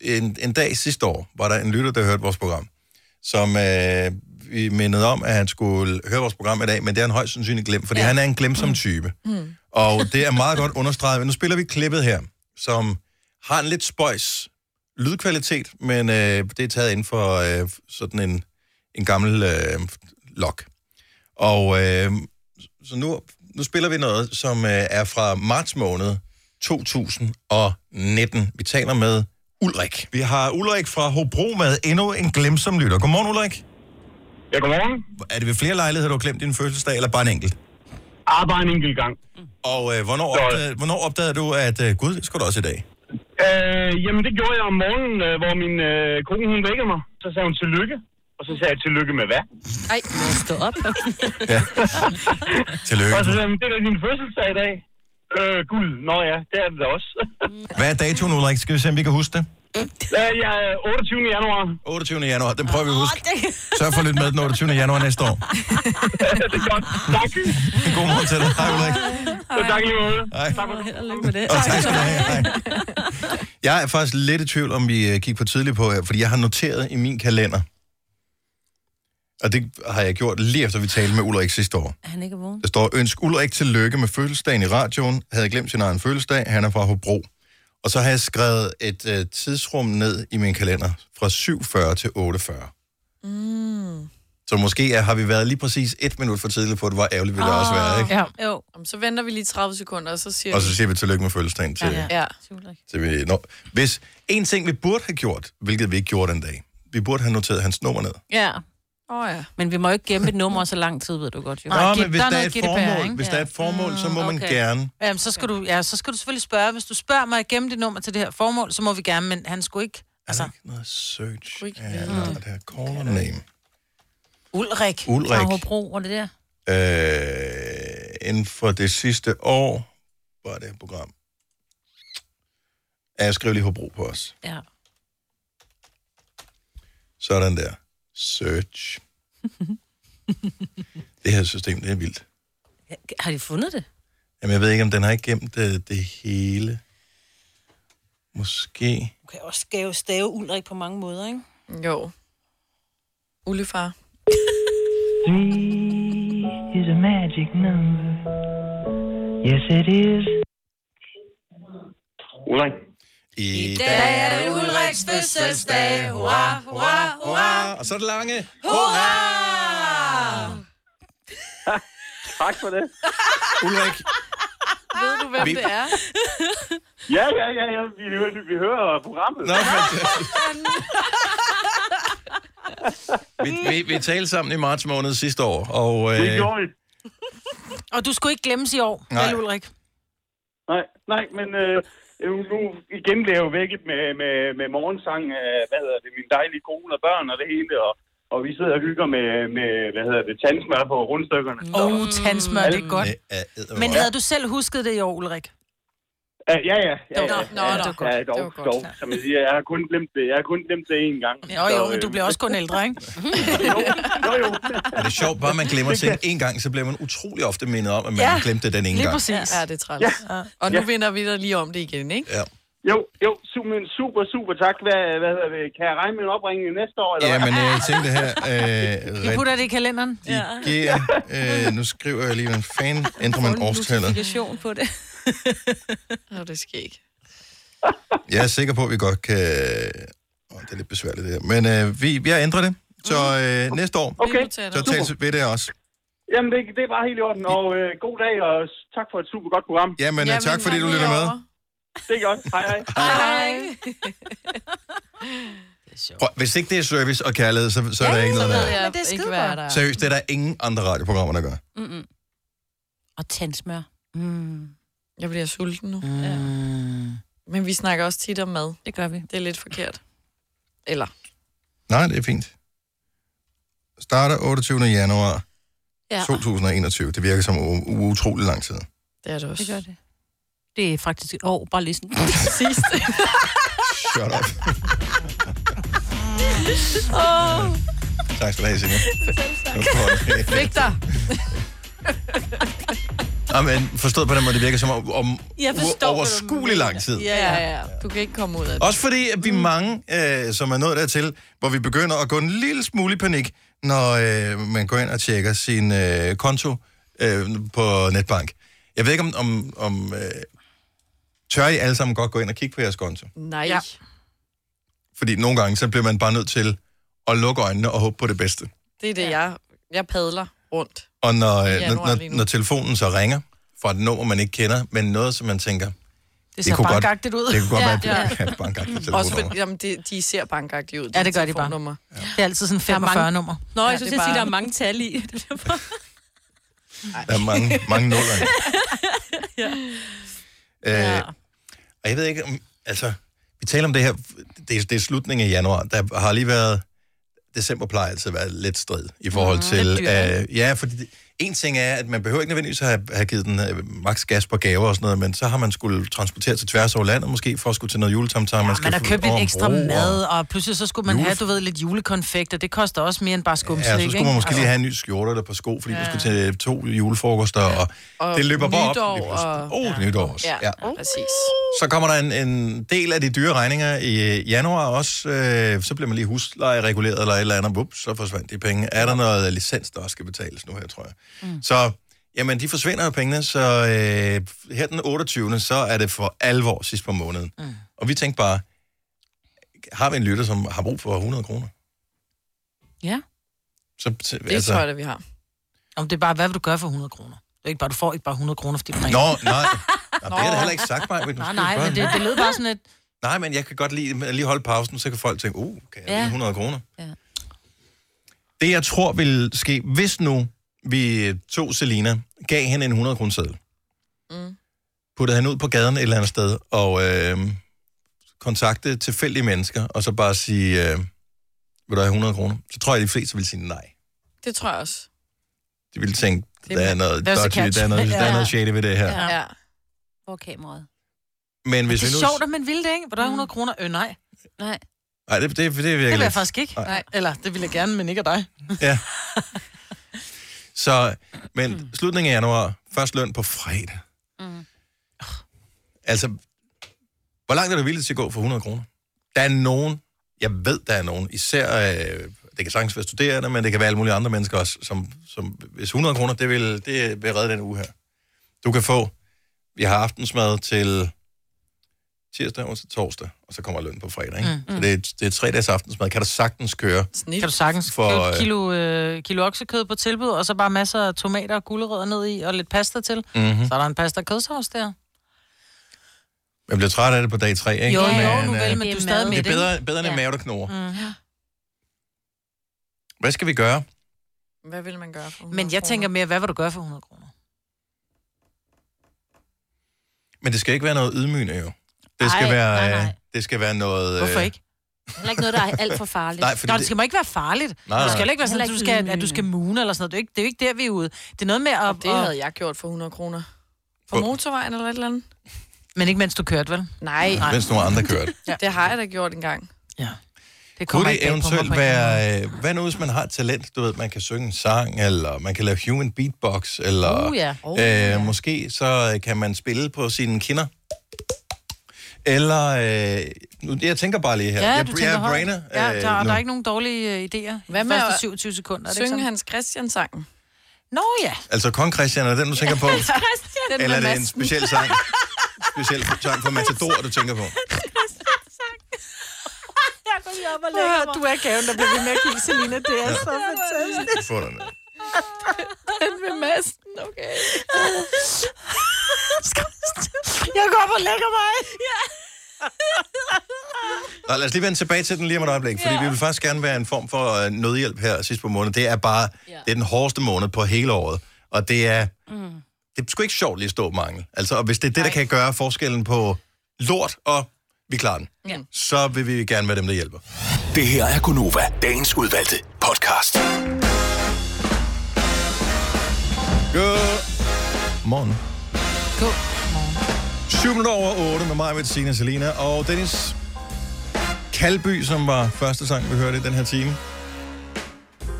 en, en dag sidste år var der en lytter, der hørte vores program, som øh, vi mindede om, at han skulle høre vores program i dag, men det er en højst sandsynlig glem, fordi ja. han er en glemsom type. Hmm. Mm. Og det er meget godt understreget, men nu spiller vi klippet her, som har en lidt spøjs lydkvalitet, men øh, det er taget inden for øh, sådan en, en gammel øh, lok. Og øh, så nu, nu spiller vi noget, som øh, er fra marts måned 2019. Vi taler med Ulrik. Vi har Ulrik fra Hobro med endnu en glemsom lytter. Godmorgen, Ulrik. Ja, godmorgen. Er det ved flere lejligheder, du har glemt din fødselsdag, eller bare en enkelt? Ah, bare en enkelt gang. Og øh, hvornår, Så- opdagede, hvornår opdagede du, at øh, gud, det skulle du også i dag? Øh, jamen, det gjorde jeg om morgenen, øh, hvor min øh, kone, hun vækker mig. Så sagde hun, tillykke. Og så sagde jeg, tillykke med hvad? Ej, stå op. ja. Tillykke. Og så sagde hun, det er da din fødselsdag i dag. Øh, guld. Nå ja, det er det da også. Hvad er datoen, Ulrik? Skal vi se, om vi kan huske det? ja, jeg er 28. Øh, januar. 28. januar, den prøver vi at huske. det... Sørg for at lytte med den 28. januar næste år. det er godt. Tak. En god morgen til dig. Hej, Ulrik. Så tak lige måde. Hej. Tak for det. Og tak skal du have. Hej. Jeg er faktisk lidt i tvivl, om vi øh, gik for tidligt på her, fordi jeg har noteret i min kalender. Og det har jeg gjort lige efter, vi talte med Ulrik sidste år. Er han ikke vågen? Der står, ønsk Ulrik tillykke med fødselsdagen i radioen. Havde glemt sin egen fødselsdag. Han er fra Hobro. Og så har jeg skrevet et øh, tidsrum ned i min kalender fra 7.40 til 8.40. Mm. Så måske er, har vi været lige præcis et minut for tidligt på det. Hvor ærgerligt ville det også være, ikke? Ah. Ja. Jo. Jamen, Så venter vi lige 30 sekunder, og så siger Og så siger vi tillykke med fødselsdagen til, Ja. ja. til vi når. Hvis en ting, vi burde have gjort, hvilket vi ikke gjorde den dag, vi burde have noteret hans nummer ned. Ja. Oh, ja. Men vi må ikke gemme et nummer så lang tid, ved du godt. Jo. Nå, men hvis der, er et formål, hvis der er et formål, så må man gerne. Jamen, så skal, du, ja, så skal du selvfølgelig spørge. Hvis du spørger mig igennem dit nummer til det her formål, så må vi gerne, men han skulle ikke. Altså, ikke noget search? Ja, der er caller name. Ulrik. Ulrik. Fra Hobro, var det der? Øh, inden for det sidste år var det her program. Ja, jeg skrev lige Hobro på os. Ja. Sådan der. Search. det her system, det er vildt. Har de fundet det? Jamen, jeg ved ikke, om den har ikke gemt det, det hele. Måske. Du kan også stave, stave Ulrik på mange måder, ikke? Jo. Ullefar. is a magic number. Yes, it is. Ulrik. I dag er det Ulriks fødselsdag. Hurra, hurra, hurra. Og så er det lange. Hurra! Tak for det. Ulrik. Ved du, hvem Vi- det er? Ja, ja, ja, ja. Vi, hører, vi hører programmet. Nå, Vi, vi, vi talte sammen i marts måned sidste år, og... øh, Det gjorde vi. Og du skulle ikke glemmes i år, Nej. vel, Ulrik? Nej, nej, men øh, øh, nu igen blev jeg jo vækket med, med, med morgensang af, hvad hedder det, min dejlige kone og børn og det hele, og, og vi sidder og hygger med, med hvad hedder det, tandsmør på rundstykkerne. Åh, oh, tandsmør, det er godt. Ja, Men havde du selv husket det i år, Ulrik? Ja, ja, ja. ja, Nå, nå, ja, det var godt, Ja, det dog, var godt, dog. Som jeg siger, jeg har kun glemt det, jeg har kun glemt det én gang. øh, Jo, jo, øh, men du bliver også kun ældre, ikke? Men det er sjovt, bare man glemmer ting en gang, så bliver man utrolig ofte mindet om, at man Ja, ja, glemte den ene Lige gang. præcis. Ja, det er træls. Ja. Og nu Ja. vinder vi dig lige om det igen, ikke? Ja. Jo, jo, su- men super, super tak. Hvad, hvad hedder det? Kan jeg regne med en opringning næste år? Eller Ja, hvad? men øh, jeg tænkte her, Vi øh, putter det i kalenderen. Ja. redigere, øh, nu skriver jeg lige, hvordan fanden ændrer man årstallet. Notifikation på det. Nå, det sker ikke. Jeg er sikker på, at vi godt kan... Åh, det er lidt besværligt det her, men øh, vi, jeg ændrer det. Så øh, næste år, Okay. så tales vi ved det også. Jamen, det, det er bare helt i orden, og øh, god dag, og s- tak for et super godt program. Jamen, øh, tak fordi du lytter med. Det er godt. Hej, hej. Hej. Prøv, hvis ikke det er service og kærlighed, så, så er der ikke noget ved der. jeg det er ikke, skide hvad godt. der er. Seriøst, det er der ingen andre radioprogrammer, der gør. Mm-mm. Og tandsmør. Mm. Jeg bliver sulten nu. Mm. Ja. Men vi snakker også tit om mad. Det gør vi. Det er lidt forkert. Eller? Nej, det er fint. Starter 28. januar Ja. 2021. Det virker som u- utrolig lang tid. Det er det også. Det gør det. Det er faktisk et år, bare lige sådan. Præcis. Shut up. oh. Tak skal du have, Signe. Victor. Ja, men forstået på den måde, det virker som om, om Jeg forstår, u- overskuelig lang tid. Ja, ja, ja. Du kan ikke komme ud af det. Også fordi, at vi er mange, øh, som er nået dertil, hvor vi begynder at gå en lille smule i panik, når øh, man går ind og tjekker sin øh, konto øh, på netbank. Jeg ved ikke, om, om, om øh, tør I alle sammen godt gå ind og kigge på jeres konto? Nej. Ja. Fordi nogle gange, så bliver man bare nødt til at lukke øjnene og håbe på det bedste. Det er det, jeg, jeg padler rundt. Og når, I øh, januar når, lige nu. når, når telefonen så ringer fra et nummer, man ikke kender, men noget, som man tænker... Det ser kunne godt- bankagtigt ud. Det kunne godt Ja, ja, være ja. et ja. bankagtigt Også telefonnummer. fordi, jamen, de, de ser bankagtige ud. Ja, det gør de bare. telefonnumre. Det er altid sådan 45 nummer. Nå, jeg Ja, ja, synes, det er jeg siger, bare- der er mange tal i. Det er bare- Der er mange, mange nuller. i. ja. Øh, og jeg ved ikke, om, altså, vi taler om det her, det, er- det er slutningen af januar, der har lige været, december plejer altid at være lidt strid i forhold mm, til, øh, ja, fordi det, en ting er, at man behøver ikke nødvendigvis at have, have givet den øh, maks gas på gaver og sådan noget, men så har man skulle transportere sig tværs over landet måske, for at skulle til noget juletamtam. Ja, man, skal Man har flyve købt lidt over en ekstra bro, og- mad, og pludselig så skulle man have, du ved, lidt julekonfekt, og det koster også mere end bare skumslik, Ja, så skulle man måske ikke? Altså. lige have en ny skjorte eller et par sko, fordi ja. Ja. du skulle til to julefrokoster, og, og Og det løber bare nytår op. lige pludselig. og- Åh, oh, ja. nytår også. Ja, ja. præcis. Så kommer der en, en del af de dyre regninger i øh, januar også. Øh, så bliver man lige huslejereguleret eller et eller andet. Vups, så forsvandt de penge. Er der noget licens, der også skal betales nu her, tror jeg. Mm. Så Jamen, de forsvinder jo pengene, så øh, her den 28. så er det for alvor sidst på måneden. Mm. Og vi tænkte bare, har vi en lytter, som har brug for 100 kroner? Ja. Så, Det altså... tror jeg, det vi har. Om det er bare, hvad vil du gøre for 100 kroner? Det er ikke bare, du får ikke bare 100 kroner for dit præmie. Nå, nej. Nå, det har jeg da heller ikke sagt mig. Nej, nej, men det, det lød bare sådan et... Nej, men jeg kan godt lige, lige holde pausen, så kan folk tænke, uh, kan jeg ja. Ja. 100 kroner? Ja. Det, jeg tror vil ske, hvis nu vi tog Selina, gav hende en 100 kroner seddel, Mm. puttede hende ud på gaden et eller andet sted, og øh, kontakte tilfældige mennesker, og så bare sige, øh, vil du have 100 kroner? Så tror jeg, de fleste vil sige nej. Det tror jeg også. De vil tænke, Det- der er noget there's a dodgy, catch. der er noget, der Ja. er noget shady ved det her. Ja. Ja. Hvor er kameraet? Men hvis det er vi nu... sjovt, at man ville det, ikke? Hvor der er 100 kroner. Øh, nej. Nej. Nej, det, det, det, det Det virker vil jeg lidt. faktisk ikke. Nej. Nej. Eller, det vil jeg gerne, men ikke af dig. Ja. Så, men slutningen af januar, først løn på fredag. Mm. Altså, hvor langt er du villig til at gå for 100 kroner? Der er nogen, jeg ved, der er nogen, især, øh, det kan sagtens være studerende, men det kan være alle mulige andre mennesker også, som, som hvis 100 kroner, det vil, det vil redde den uge her. Du kan få, vi har aftensmad til tirsdag, onsdag, torsdag, og så kommer løn på fredag, ikke? Mm. Mm. Så det er, det er tre dages aftensmad. Kan du sagtens køre? Snit. Kan du sagtens For, købe øh, et kilo, øh, kilo oksekød på tilbud, og så bare masser af tomater og gulerødder ned i, og lidt pasta til. Mhm. Mm-hmm. Så er der en pasta kødsovs der. Jeg bliver træt af det på dag 3, ikke? Jo, jo, nu øh, vel, men du er stadig Det er mæt, ikke? bedre, bedre end en Ja. mave, der knurrer. Mm. Hvad skal vi gøre? Hvad vil man gøre for 100 Men jeg tænker mere, hvad vil du gøre for 100 kroner? Men det skal ikke være noget ydmygende, jo. Det skal, Ej, være, nej, nej. øh, det skal være noget... Hvorfor ikke? Heller ikke noget, der er alt for farligt. Øh. Nej, fordi Nå, det- det skal må ikke være farligt. Nej, Nej, det nej. skal heller ikke være sådan, at Heller du ikke skal, at du skal mune eller sådan noget. Det er, jo ikke, det er jo ikke der, vi er ude. Det er noget med at... Det havde jeg gjort for 100 kroner. På motorvejen eller et eller andet? Men ikke mens du kørte, vel? Nej. Nej. Mens nogle andre kører det. Det har jeg da gjort engang. Ja. Det kommer Kunne ikke det bag på mig, eventuelt på en være... Øh, hvad nu, hvis man har et talent? Du ved, man kan synge en sang, eller man kan lave human beatbox, eller... Uh, ja. Uh, øh, ja. Måske så øh, kan man spille på sine kinder. Eller... Øh, nu, jeg tænker bare lige her. Ja, jeg, du jeg tænker er højt. brainer. øh, Ja, der, nu. der er ikke nogen dårlige øh, idéer. Hvad Hvad med med første at 27 sekunder? Er det ikke Synge sådan? Hans Christian-sangen. Nå ja. Altså, Kong Christian, er den, du tænker på? Christian. Den Eller er med det en Madsen. speciel sang? speciel sang for Matador, du tænker på? Jeg går lige op og lægger mig. Du er gaven, der bliver ved med at kigge, Selina. Det er så fantastisk. Sådan. Den med masten, okay. Jeg går op og lægger mig. Ja. Nå, lad os lige vende tilbage til den lige om et øjeblik, fordi ja. vi vil faktisk gerne være en form for øh, nødhjælp her sidst på måneden. Det er bare, ja. det er den hårdeste måned på hele året, og det er, Mm. det er sgu ikke sjovt lige at stå og mangle. Altså, og hvis det er det, der kan gøre forskellen på lort og vi klarer den, ja. så vil vi gerne være dem, der hjælper. Det her er Gunova, dagens udvalgte podcast. Good morgen. God morgen. 7 minutter over 8 med mig, med Signe, Selina og Dennis Kalby, som var første sang, vi hørte i den her time,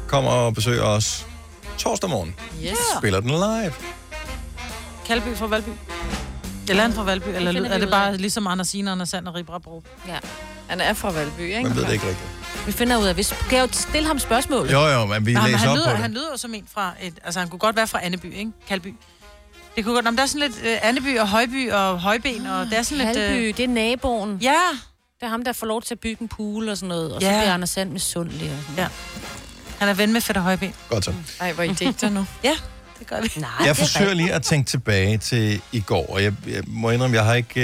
kommer og besøger os torsdag morgen. Yes. Spiller den live. Kalby fra Valby. Eller han fra Valby, eller finder vi er det ud af. bare ligesom Anders Sina, Anders Sand og Ribra Bro? Ja. Han er fra Valby, ikke? Man ved det ikke rigtigt. Vi finder ud af, hvis... Kan jeg jo stille ham spørgsmål? Jo, jo, men vi Nå, men læser han op lyder, på det. Han lyder jo som en fra et... Altså, han kunne godt være fra Anneby, ikke? Kalby. Det kunne godt... Nå, men der er sådan lidt uh, Anneby og Højby og Højben, og det er sådan lidt... øh, Halby, øh, det er naboen. Ja. Det er ham, der får lov til at bygge en pool og sådan noget. Og så Ja. bliver Anders Sand med sundlig og sådan Ja. Han er ven med Fætter Højben. Godt så. Ej, hvor er I digter nu. ja, det gør vi. Nej, Jeg forsøger lige at tænke tilbage til i går, og jeg, jeg må indrømme, jeg har ikke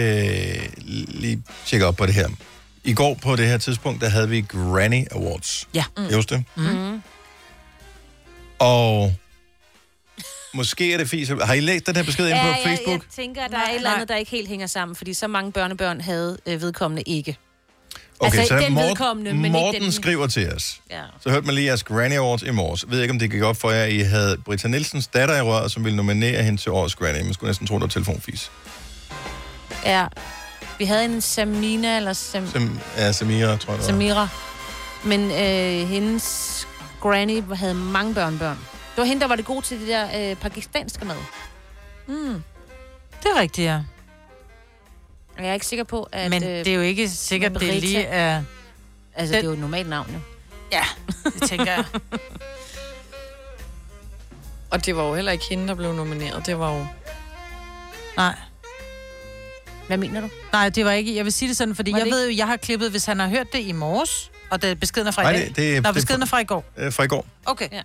øh, lige tjekket op på det her. I går på det her tidspunkt, der havde vi Granny Awards. Ja. Mm. Just det. Mm. Og måske er det fis. Har I læst den her besked ind på ja, Facebook? Jeg, jeg tænker, at der er et eller andet, der ikke helt hænger sammen, fordi så mange børnebørn havde øh, vedkommende ikke. Okay, altså, så den Morten, vedkommende, men Morten ikke den... skriver til os. Ja. Så hørte man lige jeres Granny Awards i morges. Ved ikke, om det gik op for jer, at I havde Britta Nielsens datter i røret, som ville nominere hende til årets Granny. Man skulle næsten tro, det var telefonfis. Ja. Vi havde en Samina, eller Sam... Som er Samira, tror jeg. det var. Samira. Men øh, hendes granny havde mange børnebørn. Det var hende, der var det gode til det der øh, pakistanske mad. Mm. Det er rigtigt, ja. Og jeg er ikke sikker på, at... Men øh, det er jo ikke sikkert, det Margarita- lige er... Altså, det er jo et normalt navn, jo. Ja, det tænker jeg. Og det var jo heller ikke hende, der blev nomineret. Det var jo... Nej. Hvad mener du? Nej, det var ikke... Jeg vil sige det sådan, fordi Var jeg det ved jo, jeg har klippet, hvis han har hørt det i morges, og det beskeden er fra Nej, i dag. det- det- Nå, det- beskeden er fra i går. Øh, fra i går. Okay. Ja.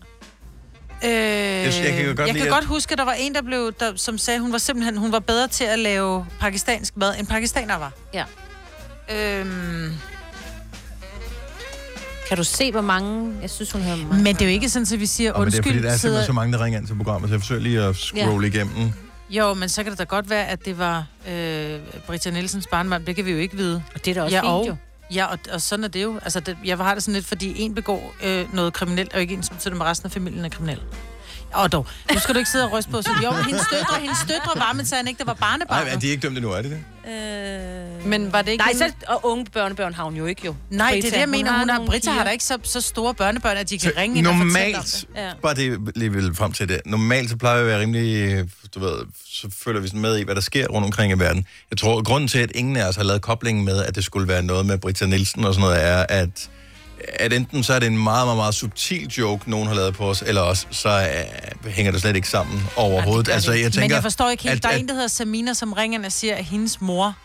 Øh, Jeg- jeg kan godt jeg lide, kan at- godt huske, at der var en, der, blev, der som sagde, hun var simpelthen hun var bedre til at lave pakistansk mad, end pakistaner var. Ja. Øhm, Kan du se, hvor mange... Jeg synes, hun hører mig. men det er jo ikke sådan, at vi siger, Og men det er undskyld, fordi, der er simpelthen sidder... så mange, der ringer ind til programmet, så jeg forsøger lige at scrolle ja. igennem. Jo, men så kan det da godt være, at det var øh, Britta Nielsens barnemand. Det kan vi jo ikke vide. Og det er da også fint, og, jo. Ja, og, og sådan er det jo. Altså, det, jeg har det sådan lidt, fordi en begår øh, noget kriminelt, og ikke en, som med resten af familien er kriminel. Og dog, nu skal du ikke sidde og ryste på sig. Jo, hendes døtre, hendes døtre var, men sagde han ikke, det var barnebarn. Nej, er de ikke dømt endnu, er det det? Øh... Men var det ikke Nej, hende- så, og unge børnebørn har hun jo ikke, jo. Nej, det er det, jeg mener. Hun har, nogle Britta har piger. da ikke så, så store børnebørn, at de kan Så ringe ind og fortælle om normalt- det. Ja. Bare det, lige vil frem til det. Normalt så plejer vi at være rimelig, øh, du ved, så følger vi sådan med i, hvad der sker rundt omkring i verden. Jeg tror, at grunden til, at ingen af os har lavet koblingen med, at det skulle være noget med Britta Nielsen og sådan noget, er, at, at enten så er det en meget, meget, meget subtil joke, nogen har lavet på os, eller også så øh, hænger det slet ikke sammen overhovedet. altså, jeg tænker, Men jeg forstår ikke helt, at- der er at- en, der hedder Samina, som ringer ind og siger, at hendes mor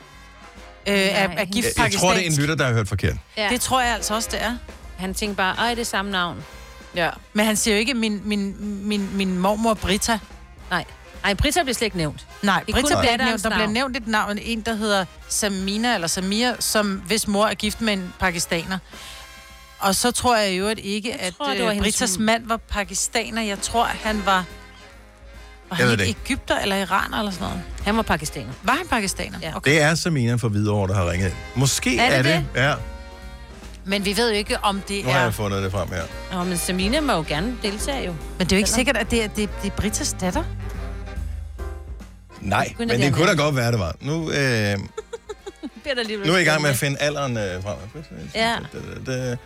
øh, er, er gift jeg, jeg tror, det er en pakistansk. lytter, der har hørt forkert. Ja. Det tror jeg altså også, det er. Han tænker bare, ej, det er samme navn. Ja. Men han siger jo ikke, min, min, min, min mormor Britta. Nej. Nej, Britta bliver slet ikke nævnt. Nej, Det er Britta kun bliver ikke datterens nævnt. Der bliver navn. nævnt et navn, en der hedder Samina eller Samia, som hvis mor er gift med en pakistaner. Og så tror jeg i øvrigt ikke, at tror, det øh, var hendes Brittas mor. mand var pakistaner. Jeg tror, han var... Var Jeg han ved ikke det ikke. Ægypter eller iraner eller sådan noget? Han var pakistaner. Var han pakistaner? Ja. Okay. Det er Samina fra Hvidovre, der har ringet ind. Måske Er er det det, er det. det? Ja, Men vi ved jo ikke, om det nu har er... jeg fundet det frem her. Nå, men Samina må jo gerne deltage, jo. Men det er jo ikke sikkert, at det er, det, det er Britas datter. Nej, Begynder men det det at kunne da være. godt være, det var. Nu, øh, Bliver der alligevel Nu er jeg i gang med at spændende. finde alderen øh, frem. Ja. Det- det-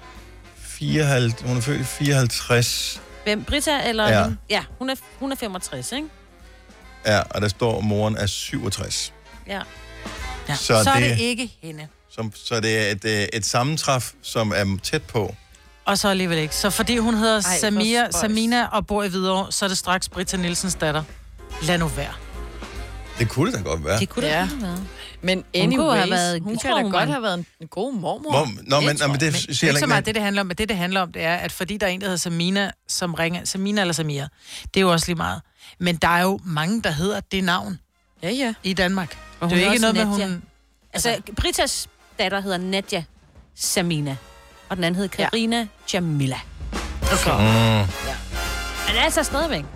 54, hun er født i 54, Hvem? Britta eller... Ja. Ja. ja hun, er, hun er 65, ikke? ja, og der står, at moren er 67. Ja. Ja. Så Så, så er det, det- ikke hende. Som, så det er et, øh, et sammentræf, som er tæt på. Og så alligevel ikke. Så fordi hun hedder hvor Ej, Samia, spøjst. Samina og bor i Hvidovre, så er det straks Britta Nielsens datter. Lad nu være. Det kunne det da godt være. Det kunne ja. det være. Men Hun anyways, kunne have hun kunne, have været- været, hun jeg kunne tror, da hun godt var en- have været en, en god mormor. Hvor, nå, men, nå, men det Det siger er jeg ikke så heller meget ikke. det, det handler om, men det, det handler om, det er, at fordi der er en, der hedder Samina, som ringer, Samina eller Samia, det er jo også lige meget. Men der er jo mange, der hedder det navn Ja, ja. i Danmark. Og Og det er jo ikke også noget med, Nadia. hun... Altså, Britas datter hedder Nadia Samina. Og den anden hedder Karina ja. Jamila. Mm. Men altså stadigvæk. Jeg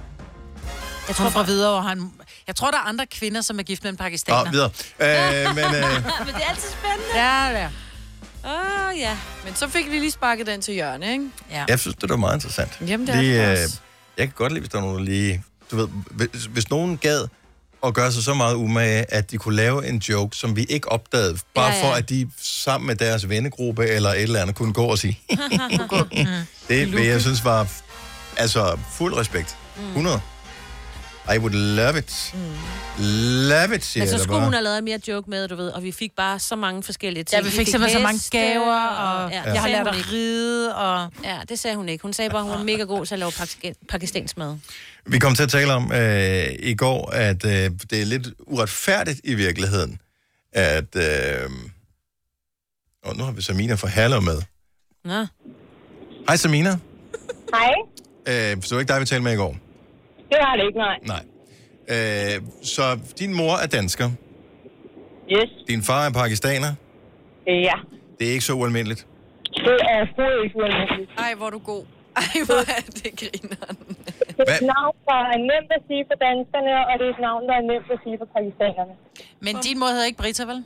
Hun tror er fra fra... Hvidovre, og han... Jeg tror, der er andre kvinder, som er gift med en pakistaner. Nå, videre. Øh, men, øh, men det er altid spændende. Ja, ja. Åh, oh, ja. Ah, Men så fik vi lige sparket den til hjørne, ikke? Ja. jeg synes, det var meget interessant. øh, Jamen, det er det også. jeg kan godt lide, hvis der er nogen, der lige... Du ved, hvis, hvis nogen gad at gøre sig så meget umage, at de kunne lave en joke, som vi ikke opdagede, bare Ja, ja, ja. ja. for, at de sammen med deres vennegruppe eller et eller andet kunne gå og sige, Det vil jeg synes var, altså, fuld respekt. 100. I would love it. Love it, siger Men så jeg da skulle hun bare. have Altså, lavet mere joke med, du ved, og vi fik bare så mange forskellige ting. Ja, vi fik simpelthen så mange heste, gaver, og ja, jeg har sagde lært hun at ikke. ride, og... Ja, det sagde hun ikke. Hun sagde bare, at hun var mega god til at lave pakistan- pakistansk mad. Vi kom til at tale om øh, i går, at øh, det er lidt uretfærdigt i virkeligheden, at... Øh, og nu har vi Samina fra Hallo med. Nå. Hej Samina. Hej. Øh, så det var ikke dig, vi talte med i går. Det har det ikke, nej. Nej. Øh, så din mor er dansker. Yes. Din far er pakistaner. Øh, Ja. Det er ikke så ualmindeligt. Det er overhovedet ikke ualmindeligt. Ej, hvor er du god. Ej, hvor er det grineren. Det er et navn, der er nemt at sige for danskerne, og det er et navn, der er nemt at sige for pakistanerne. Men din mor hedder ikke Britta, vel?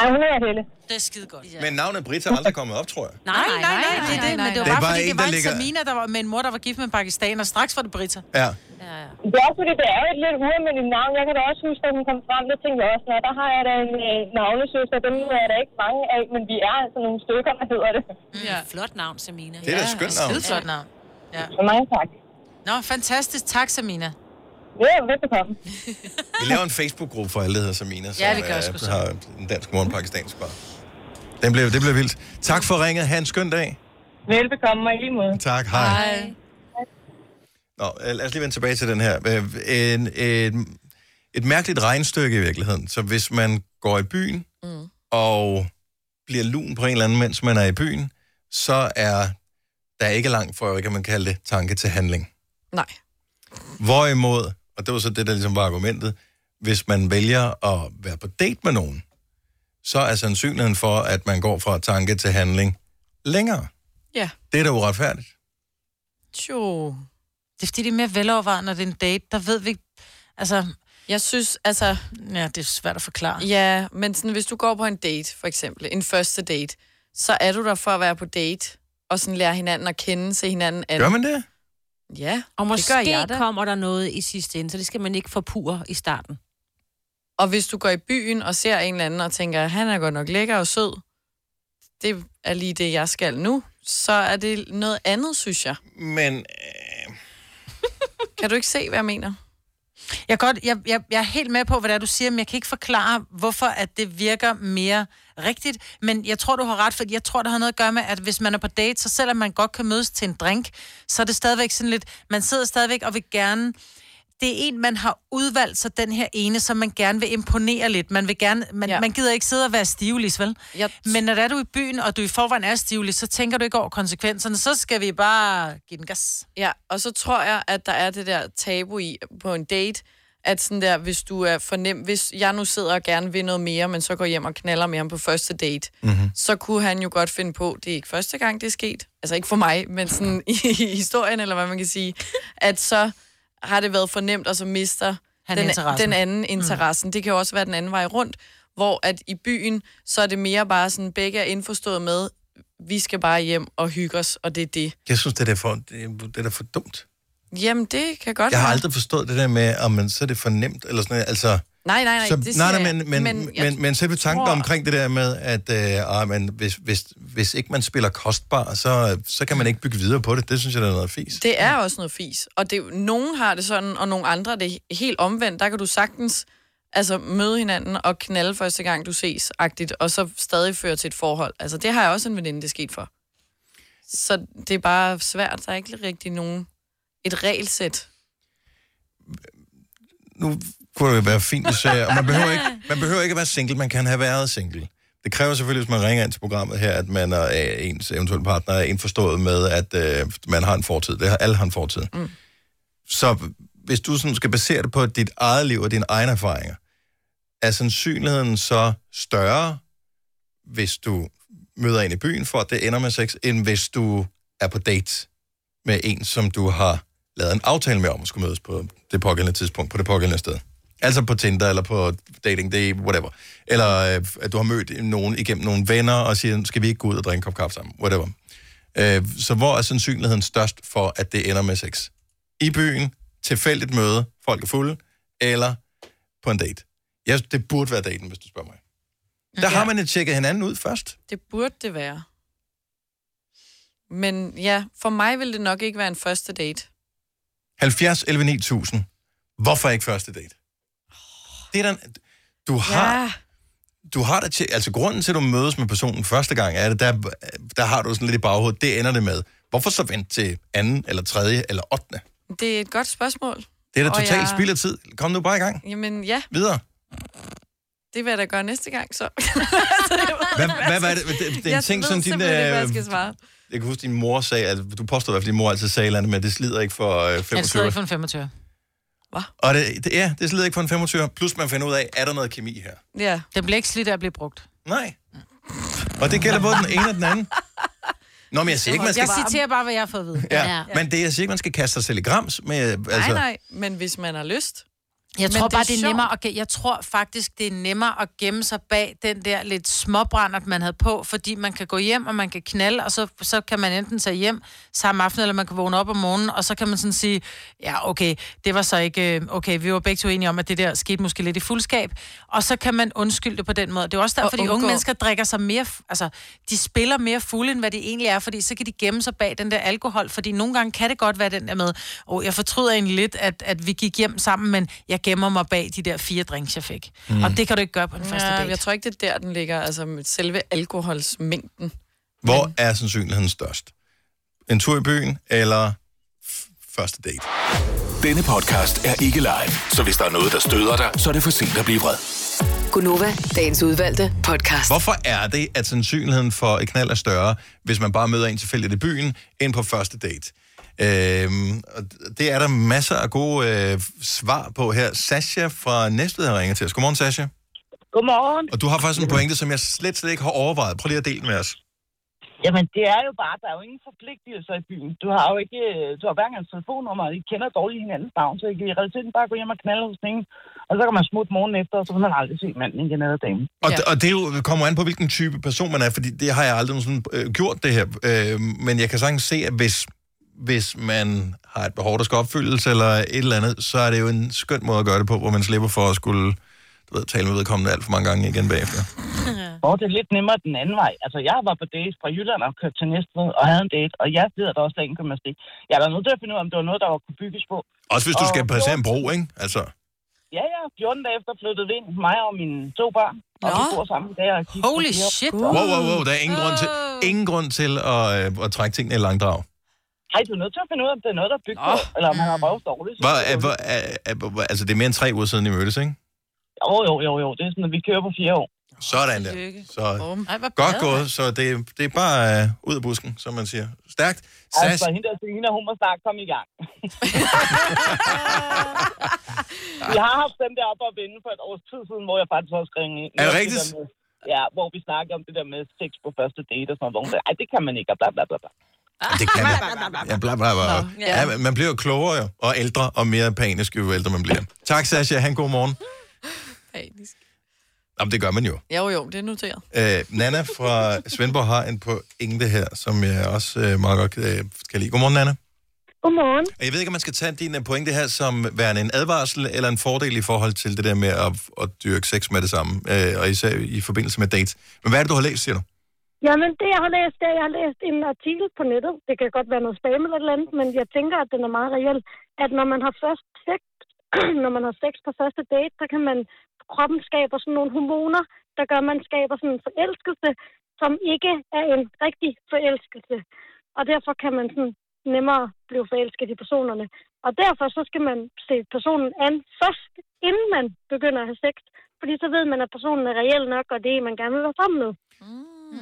Ej, hun er Helle. Det er skide godt. Ja. Men navnet Britta er aldrig kommet op, tror jeg. Nej, nej, nej, nej, det er det, men det var Det er bare, bare fordi en, det var der en ligger- Samina, der var med en mor, der var gift med en pakistaner, straks var det Britta. Ja. Det er også fordi, det er jo et lidt ualmindeligt navn. Jeg kan da også huske, at hun kom frem, der tænkte jeg også, at der har jeg da en øh, navnesøster, dem er der ikke mange af, men vi er altså nogle stykker, der hedder det. Ja. Flot navn, Samina. Det er da et skønt navn. Skide flot navn. Ja. Mange tak. Nå, fantastisk. Tak, Samina. Ja, velbekomme. Vi laver en Facebook-gruppe for alle, der hedder Samina, som Ja, vi gør sgu er, har en dansk mor og en pakistansk far. Den blev, det blev vildt. Tak for ringet. Ha' en skøn dag. Velbekomme og i lige måde. Tak. Hej. Hej. Nå, øh, lad os lige vende tilbage til den her. Øh, En, en, et mærkeligt regnstykke i virkeligheden. Så hvis man går i byen, mm. og bliver lun på en eller anden, mens man er i byen, så er der ikke langt for, kan man kalde det, tanke til handling. Nej. Hvorimod, og det var så det, der ligesom var argumentet, hvis man vælger at være på date med nogen, så er sandsynligheden for, at man går fra tanke til handling længere. Ja. Det er da uretfærdigt. Jo. Det er fordi, det er mere velovervejet, når det er en date. Der ved vi ikke... Altså... Jeg synes, altså... Ja, det er svært at forklare. Ah. Ja, men sådan, hvis du går på en date, for eksempel, en første date, så er du der for at være på date, og sådan lære hinanden at kende, se hinanden an. Gør man det? Ja, Og måske det gør jeg da. kommer der noget i sidste ende, så det skal man ikke forpure i starten. Og hvis du går i byen og ser en eller anden og tænker, han er godt nok lækker og sød, det er lige det, jeg skal nu, så er det noget andet, synes jeg. Men... Øh... kan du ikke se, hvad jeg mener? Jeg, er godt, jeg, jeg, jeg er helt med på, hvad det er, du siger, men jeg kan ikke forklare, hvorfor at det virker mere rigtigt. Men jeg tror, du har ret, for jeg tror, det har noget at gøre med, at hvis man er på date, så selvom man godt kan mødes til en drink, så er det stadigvæk sådan lidt, man sidder stadigvæk og vil gerne... Det er en, man har udvalgt sig den her ene, som man gerne vil imponere lidt. Man, vil gerne, man, ja. man gider ikke sidde og være stivelis, vel? Ja. Men når der er du i byen, og du i forvejen er stivelis, så tænker du ikke over konsekvenserne. Så skal vi bare give den gas. Ja, og så tror jeg, at der er det der tabu i på en date, at sådan der, hvis du er fornem, hvis jeg nu sidder og gerne vil noget mere, men så går hjem og knaller med ham på første date, Mhm. så kunne han jo godt finde på, det er ikke første gang, det er sket, altså ikke for mig, men sådan i, i historien, eller hvad man kan sige, at så har det været fornemt, og så mister Han den, interessen. den anden interessen. Mm. Det kan jo også være den anden vej rundt, hvor at i byen, så er det mere bare sådan, begge er indforstået med, vi skal bare hjem og hygge os, og det er det. Jeg synes, det er for, det er da for dumt. Jamen, det kan godt Jeg har være. aldrig forstået det der med, om man så er det fornemt, eller sådan noget. Altså, Nej, nej, nej, så, det siger nej, nej, jeg men, ikke. men, Men men, jeg men, men selve tanken tror- omkring det der med, at øh, ah, men hvis, hvis, hvis ikke man spiller kostbar, så, så kan man ikke bygge videre på det. Det synes jeg, der er noget fis. Det er også noget fis. Og det, er jo- nogen har det sådan, og nogle andre er det he- helt omvendt. Der kan du sagtens altså, møde hinanden og knalde første gang, du ses, agtigt, og så stadig føre til et forhold. Altså, det har jeg også en veninde, det er sket for. Så det er bare svært. Der er ikke rigtig nogen... Et regelsæt. Nu kunne det jo være fint, hvis jeg... Og man behøver, ikke, man behøver ikke at være single, man kan have været single. Det kræver selvfølgelig, hvis man ringer ind til programmet her, at man er, øh, ens eventuelle partner er indforstået med, at øh, man har en fortid. Det har, alle har en fortid. Mm. Så hvis du sådan skal basere det på dit eget liv og dine egne erfaringer, er sandsynligheden så større, hvis du møder en i byen, for at det ender med sex, end hvis du er på date med en, som du har lavet en aftale med om at skulle mødes på det pågældende tidspunkt, på det pågældende sted. Altså på Tinder, eller på dating, det whatever. Eller øh, at du har mødt nogen igennem nogle venner, og siger, skal vi ikke gå ud og drikke en kop kaffe sammen? Whatever. Øh, så hvor er sandsynligheden størst for, at det ender med sex? I byen, tilfældigt møde, folk er fulde, eller på en date? Ja, det burde være daten, hvis du spørger mig. Der har man et tjekket hinanden ud først. Det burde det være. Men ja, for mig vil det nok ikke være en første date. 70 11 9000. Hvorfor ikke første date? Det er den, du har... Ja. Du har da til, altså grunden til, at du mødes med personen første gang, er det, der, der har du sådan lidt i baghovedet, det ender det med. Hvorfor så vente til anden, eller tredje, eller ottende? Det er et godt spørgsmål. Det er da Og totalt jeg- spild af tid. Kom nu bare i gang. Jamen ja, Videre. det vil jeg da gøre næste gang, så. Hvad, hvad var det? Det, det er en Jeg ting, ved som din... simpelthen ikke, hvad jeg øh, skal svare. Jeg kan huske, din mor sagde, at du påstod i hvert fald, at din mor altid sagde et eller andet, men det slider ikke for øh, Jeg sidder 25. ikke for en 25. Og det, det, ja, det slider ikke for en 25. Plus man finder ud af, er der noget kemi her? Ja. Det bliver ikke slidt af at blive brugt. Nej. Og det gælder både den ene og den anden. Nå, men jeg siger ikke, man skal... Jeg citerer bare, hvad jeg har fået at vide. Ja, men det, jeg siger ikke, man skal kaste sig selv i grams. Med, altså, Nej, nej, men hvis man har lyst. Jeg Men tror bare, det er sjovt. nemmere at, ge- jeg tror faktisk, det er nemmere at gemme sig bag den der lidt småbrændert, man havde på, fordi man kan gå hjem, og man kan knalde, og så, så kan man enten tage hjem samme aften, eller man kan vågne op om morgenen, og så kan man sådan sige, ja, okay, det var så ikke, øh, okay, vi var begge to enige om, at det der skete måske lidt i fuldskab, og så kan man undskylde det på den måde. Det er også Og derfor, de unge undgå- mennesker drikker sig mere, f- altså, de spiller mere fulde, end hvad de egentlig er, fordi så kan de gemme sig bag den der alkohol, fordi nogle gange kan det godt være den der med, og jeg fortryder egentlig lidt, at, at vi gik hjem sammen, men jeg gemmer mig bag de der fire drinks, jeg fik. Mm. Mm. Og det kan du ikke gøre på en første Ja, date. jeg tror ikke, det er der, den ligger, altså med selve alkoholsmængden. hvor er sandsynligheden størst? En tur i byen, eller f- første date. Denne podcast er ikke live, så hvis der er noget, der støder dig, så er det for sent at blive vred. Gunova, dagens udvalgte podcast. Hvorfor er det, at sandsynligheden for et knald er større, hvis man bare møder en tilfældigt i byen, end på første date? Øhm, og det er der masser af gode øh, svar på her. Sasha fra Næstved har ringet til os. Godmorgen, Sasha. Godmorgen. Og du har faktisk en pointe, som jeg slet, slet ikke har overvejet. Prøv lige at dele den med os. Jamen, det er jo bare, der er jo ingen forpligtelser i byen. Du har jo ikke, øh, du har hverken hans telefonnummer, og I kender dårligt hinandens navn, så I kan i realiteten bare gå hjem og knalde hos ingen. Og så kan man smutte morgen efter, og så kan man aldrig se manden igen eller damen. Og, ja. og det er jo, kommer an på, hvilken type person man er, fordi det har jeg aldrig sådan, øh, gjort det her. Øh, men jeg kan sagtens se, at hvis, hvis man har et behov, der skal opfyldes, eller et eller andet, så er det jo en skøn måde at gøre det på, hvor man slipper for at skulle du ved, tale med vedkommende alt for mange gange igen bagefter. Hvor det er lidt nemmere den anden vej. Altså, jeg var på dates fra Jylland og kørte til Næstved og havde en date, og jeg sidder der også dagen, kan man sige. Jeg er da nødt til at finde ud af, om det var noget, der var kunne bygges på. Også hvis du Og skal passere en 14 bro, ikke? Altså, Ja, ja. 14 dage efter flyttede vi ind, mig og mine to børn. Og vi bor sammen i dag. og kigger på Holy flere- shit. wow, wow, wow, der er ingen grund til, ingen grund til at, øh, at trække tingene i langdrag. Ej, du er nødt til at finde ud af, om det er noget, der er bygget på, eller om han Mm. har røvet dårligt. Hvor, er, hvor, er, er, hvor, altså, det er mere end tre uger siden, I mødtes, ikke? Jo, jo, jo, jo. Det er sådan, at vi kører på fire år. Sådan der. Så Ej, hvor godt bedre. gået, så det, det er bare øh, ud af busken, som man siger. Stærkt. Sas, Altså, hende der Selina, hun må snart komme i gang. vi har haft den der op og vinde for et års tid siden, hvor jeg faktisk også ringede ind. Er det Noget af rigtigt? der med- Ja, hvor vi snakkede om det der med sex på første date og sådan noget. hvor hun sagde, Ej, det kan man ikke, og bla bla bla. bla. det kan man. Ja, bla, bla, bla. Nå, ja. Ja. Ja, man bliver jo klogere jo, og ældre og mere panisk, jo ældre man bliver. Tak, Sasha. Han god morgen. Panisk. Jamen, det gør man jo. Jo, jo, det er noteret. Øh, Nana fra Svendborg har en pointe her, som jeg også øh, meget godt øh, kan lide. Godmorgen, Nana. Godmorgen. Og Jeg ved ikke, om man skal tage din øh, pointe her som værende en advarsel eller en fordel i forhold til det der med at, at dyrke sex med det samme, øh, og især i forbindelse med dates. Men hvad er det, du har læst, siger du? Jamen, det jeg har læst, det er, jeg har læst en artikel på nettet. Det kan godt være noget spam eller et eller andet, men jeg tænker, at den er meget reel. At når man har først sex, når man har sex på første date, så kan man, kroppen skaber sådan nogle hormoner, der gør, at man skaber sådan en forelskelse, som ikke er en rigtig forelskelse. Og derfor kan man sådan nemmere blive forelsket i personerne. Og derfor så skal man se personen an først, inden man begynder at have sex. Fordi så ved man, at personen er reelt nok, og det er en, man gerne vil være sammen med.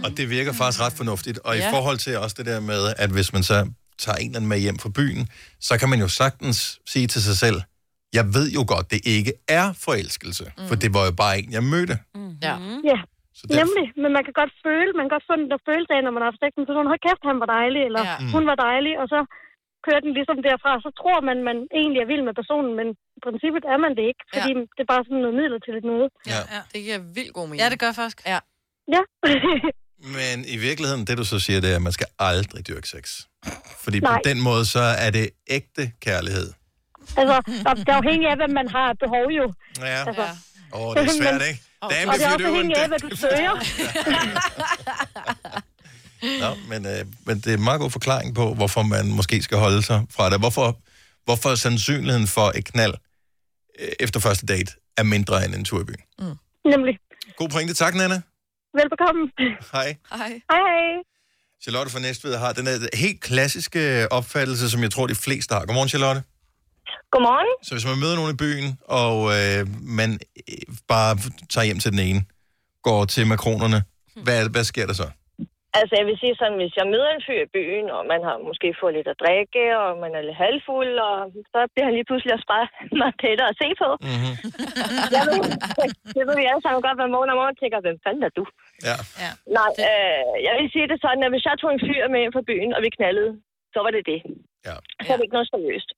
Og det virker faktisk ret fornuftigt. Og ja. Mm. Ja. i forhold til også det der med, at hvis man så tager en eller anden med hjem fra byen, så kan man jo sagtens sige til sig selv, jeg ved jo godt, det ikke er forelskelse, mm. for det var jo bare en, jeg mødte. Ja. Ja, nemlig. Men man kan godt føle, man kan godt få den der følelse af, når man har haft sex med en person, hold kæft, han var dejlig, eller Ja. ja. hun var dejlig, og så kører den ligesom derfra. Så tror man, man egentlig er vild med personen, men i princippet er man det ikke, fordi ja. det er bare sådan noget midlertidigt noget. Ja. ja. Det giver vildt god mening. Ja, det gør faktisk. Ja. Ja. Men i virkeligheden, det du så siger, det er, at man skal aldrig dyrke sex. Fordi Nej. Nej. på den måde, så er det ægte kærlighed. altså, der, der er afhængig af, hvad man har behov jo. Ja. Altså. ja. Åh, det er svært, ikke? Damen og det bliver er flyttet ud, også afhængig af, den- hvad du søger. Nå, men, øh, men det er en meget god forklaring på, hvorfor man måske skal holde sig fra det. Hvorfor, hvorfor sandsynligheden for et knald øh, efter første date er mindre end en tur i byen. Nemlig. God pointe. Tak, Nana. Velbekomme. Hej. Hej. Hej, hej. Charlotte fra Næstved har den her helt klassiske opfattelse, som jeg tror, de fleste har. Godmorgen, Charlotte. Godmorgen. Så hvis man møder nogen i byen, og øh, man øh, bare tager hjem til den ene, går til makronerne, hvad, hvad sker der så? Altså, jeg vil sige sådan, hvis jeg møder en fyr i byen, og man har måske fået lidt at drikke, og man er lidt halvfuld, og så bliver han lige pludselig også bare meget pættere at se på. Mm-hmm. jeg ved, det ved vi alle sammen godt, hvad morgen om morgenen tænker, hvem fanden er du? Ja. ja. Nej, øh, jeg vil sige det sådan, at hvis jeg tog en fyr med ind fra byen, og vi knaldede, så var det det. Ja. Så var det ikke noget seriøst.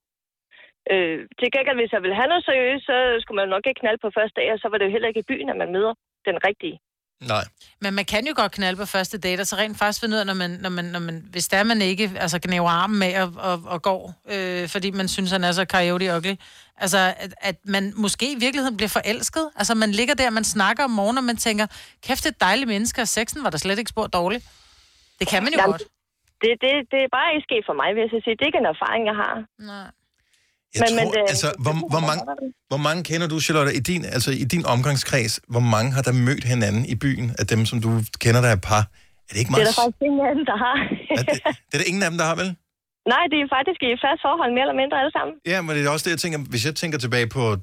Øh, til gengæld, hvis jeg ville have noget seriøst, så skulle man nok ikke knalde på første dag, og så var det jo heller ikke i byen, at man møder den rigtige. Nej. Men man kan jo godt knalde på første date, og så rent faktisk finde ud af, når man, når man, når man, hvis der man ikke altså, knæver armen med og, og, og går, øh, fordi man synes, han er så coyote ugly. Altså, at, at, man måske i virkeligheden bliver forelsket. Altså, man ligger der, man snakker om morgenen, og man tænker, kæft, det er et dejligt menneske, og sexen var da slet ikke spor dårlig. Det kan man jo Jamen, godt. Det, det, det er bare ikke sket for mig, vil jeg så sige. Det er ikke en erfaring, jeg har. Nej. Jeg men, tror, øh, men, altså, hvor, hvor, mange, hvor mange kender du, Charlotte, i din, altså, i din omgangskreds, hvor mange har der mødt hinanden i byen af dem, som du kender, der er par? Er det ikke Det er meget... der faktisk ingen af dem, der har. Det er der ingen af dem, der har, vel? Nej, det er faktisk i fast forhold, mere eller mindre alle sammen. Ja, men det er også det, jeg tænker, hvis jeg tænker tilbage på, øh,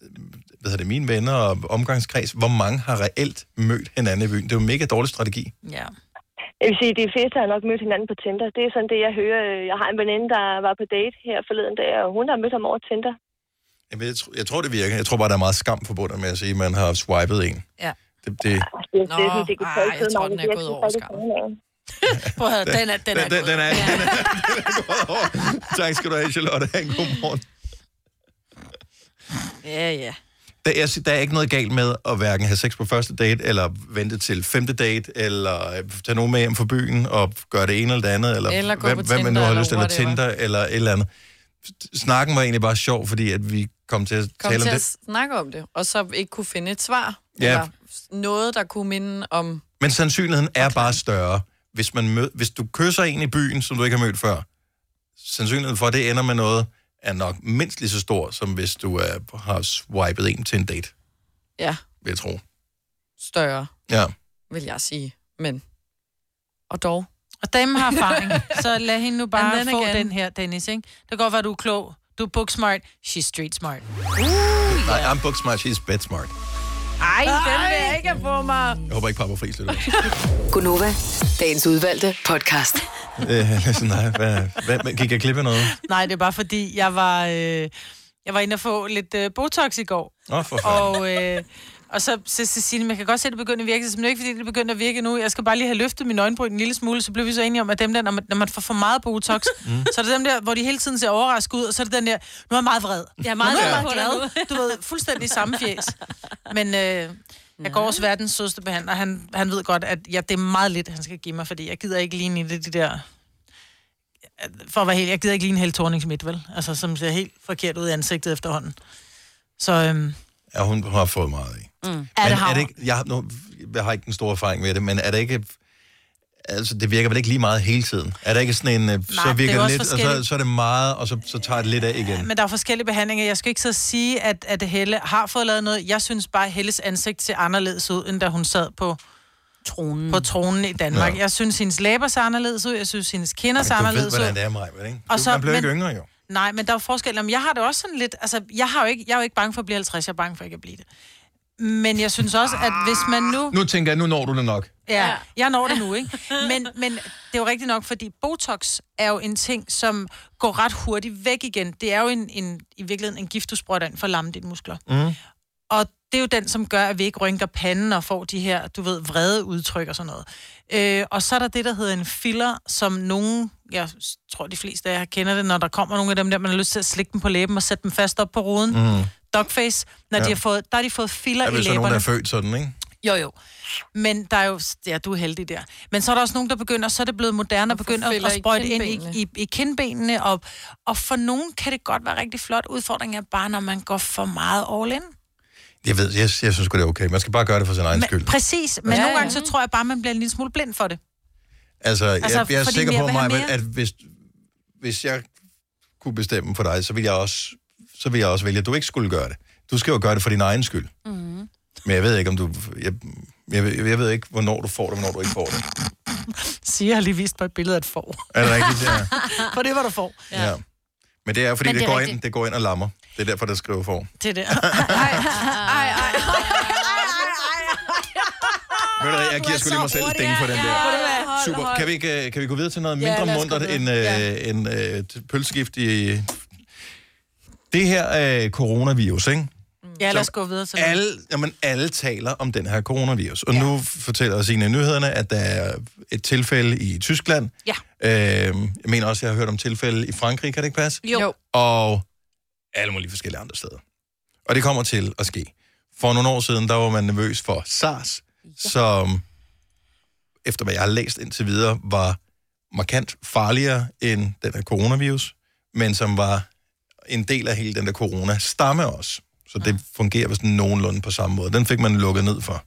hvad hedder det, mine venner og omgangskreds, hvor mange har reelt mødt hinanden i byen? Det er jo en mega dårlig strategi. Ja. Jeg vil sige, de fleste har nok mødt hinanden på Tinder. Det er sådan det, jeg hører. Jeg har en veninde, der var på date her forleden dag, og hun har mødt ham over Tinder. Jamen, jeg, tr- jeg tror, det virker. Jeg tror bare, der er meget skam forbundet med at sige, at man har swipet en. Ja. Det, det, Det er sådan, det kan ej, tage jeg tid, tror, når den er det gået virkelig over rigtig meget. Prøv at høre, den er, den er, den, den, er, den, er, den er gået over. Tak skal du have, Charlotte. Ha' en god morgen. Ja, ja. Der er, der er ikke noget galt med at hverken have sex på første date, eller vente til femte date, eller øh, tage nogen med hjem fra byen og gøre det ene eller det andet, eller, Eller gå hvad, på hvad man nu Tinder, har eller lyst til, eller whatever. Tinder, eller et eller andet. Snakken var egentlig bare sjov, fordi at vi kom til at Kom tale til om at det. snakke om det, og så ikke kunne finde et svar. Ja. Eller noget, der kunne minde om... Men sandsynligheden er bare større. Hvis, man mød, hvis du kysser en i byen, som du ikke har mødt før, sandsynligheden for, at det ender med noget, er nok mindst lige så stor, som hvis du uh, har swipet en til en date, Ja, vil jeg tro. større, Ja. vil jeg sige. Men... Og dog. Og damen har erfaring, så lad hende nu And bare then få again. den her, Dennis, ikke? Det kan godt være, du er klog. Du er book smart. She's street smart. Uh, Nej, I'm book smart, she's bed smart. Ej, den vil jeg ikke have på mig. Jeg håber ikke, Papa Friis lytter. Gunova, dagens udvalgte podcast. Øh, sådan, nej, hvad, hvad, hvad, gik jeg klippe af noget? Nej, det er bare fordi, jeg var, øh, jeg var inde og få lidt øh, Botox i går. Åh, oh, for fanden. Og, øh, og så siger Cecilie, man kan godt se, at det begynder at virke, men det er ikke, fordi det begynder at virke nu. Jeg skal bare lige have løftet min øjenbryn en lille smule, så blev vi så enige om, at dem der, når man, når man får for meget Botox, Mm. mm. så er det dem der, hvor de hele tiden ser overrasket ud, og så er det den der, nu er jeg meget vred. Jeg er meget nu er vred jeg meget på glad. dig Du ved, fuldstændig samme fjes. Men øh, jeg går også verdens sødeste behandler. Han, han ved godt, at ja, det er meget lidt, han skal give mig, fordi jeg gider ikke lige i det, de der for at være helt, jeg gider ikke lige en hel torningsmidt, vel? Altså, som ser helt forkert ud i ansigtet efterhånden. Så, øhm, Ja, hun har fået meget i. mm. er Men det er havre? det ikke, jeg, har- nu, jeg har ikke den store erfaring med det, men er det ikke... Altså, det virker vel ikke lige meget hele tiden? Er der ikke sådan en... Nej, det er så jo virker det også lidt, og så, forskelligt. så er det meget, og så, så tager det lidt af igen. Men der er forskellige behandlinger. Jeg skal ikke så sige, at, at Helle har fået lavet noget. Jeg synes bare, at Helles ansigt ser anderledes ud, end da hun sad på tronen, på tronen i Danmark. Ja. Ja. Jeg synes, hendes læber ser anderledes ud. Jeg synes, hendes kinder ser Ej, du ved, anderledes hvordan ud. det er, Maja, ikke? Og Du, så- man bliver ikke men- yngre, jo. Nej, men der er jo forskel. Jamen, jeg har det også sådan lidt... Altså, jeg, har jo ikke, jeg er jo ikke bange for at blive 50. Jeg er bange for ikke at blive det. Men jeg synes også, at hvis man nu... Nu tænker jeg, nu når du det nok. Ja, jeg når det nu, ikke? Men, men det er jo rigtigt nok, fordi Botox er jo en ting, som går ret hurtigt væk igen. Det er jo en, en, i virkeligheden en gift, du sprøjter ind for at lamme dine muskler. Mm. Og det er jo den, som gør, at vi ikke rynker panden og får de her, du ved, vrede udtryk og sådan noget. Øh, og så er der det, der hedder en filler, som nogen, jeg s- tror de fleste af jer kender det, når der kommer nogle af dem der, man har lyst til at slikke dem på læben og sætte dem fast op på ruden. Mm. Mm. Dogface, når Ja. ja. de har fået, der har de fået filler Der er i vel så læberne. nogen, der er født sådan, ikke? Jo, jo. Men der er jo... Ja, du er heldig der. Men så er der også nogen, der begynder... Så er det blevet moderne at begynde at, fælder at i sprøjte ind i, kindbenene. i, i kindbenene. Og, og for nogen kan det godt være rigtig flot. Udfordringen er bare, når man går for meget all in. Jeg ved, jeg, jeg synes sgu, det er okay. Man skal bare gøre det for sin egen Men, skyld. præcis. Men Ja, ja, ja. nogle gange, så tror jeg bare, man bliver en lille smule blind for det. Altså, altså Altså, jeg, jeg er fordi sikker mere på vil have mig, mere. at hvis, hvis jeg kunne bestemme for dig, så ville jeg også, så ville jeg også vælge, at du ikke skulle gøre det. Du skal jo gøre det for din egen skyld. Mhm. Mm. Men jeg ved ikke, om du... Jeg, jeg, ved- jeg ved ikke, hvornår du får det, og hvornår du ikke får det. Siger har lige vist mig et billede af et får. Er det rigtigt? Ja. for det var der får. ja. ja. Men det er jo, fordi Men det, det det, er går rigtigt. ind, det går ind og lammer. Det er derfor, der skriver for. Det er det. Ej, ej, ej. Ved du hvad, Ah, jeg giver sgu lige mig selv et ding for den der. Super. Kan vi, ikke, øh, kan vi gå videre til Ja, noget mindre lad os mundret komme end øh, videre. en, øh, t- pølsegift i... Det her øh, coronavirus, ikke? Ja, lad os Som gå videre til alle, jamen, alle taler om den her coronavirus. Og ja. nu fortæller sine nyhederne, at der er et tilfælde i Tyskland. Ja. Øh, jeg mener også, jeg har hørt om tilfælde i Frankrig, kan det ikke passe? Jo. Jo. Og alle mulige forskellige andre steder. Og det kommer til at ske. For nogle år siden, der var man nervøs for SARS, ja. som efter hvad jeg har læst indtil videre, var markant farligere end den her coronavirus, men som var en del af hele den der corona-stamme også. Så det fungerer vist nogenlunde på samme måde. Den fik man lukket ned for.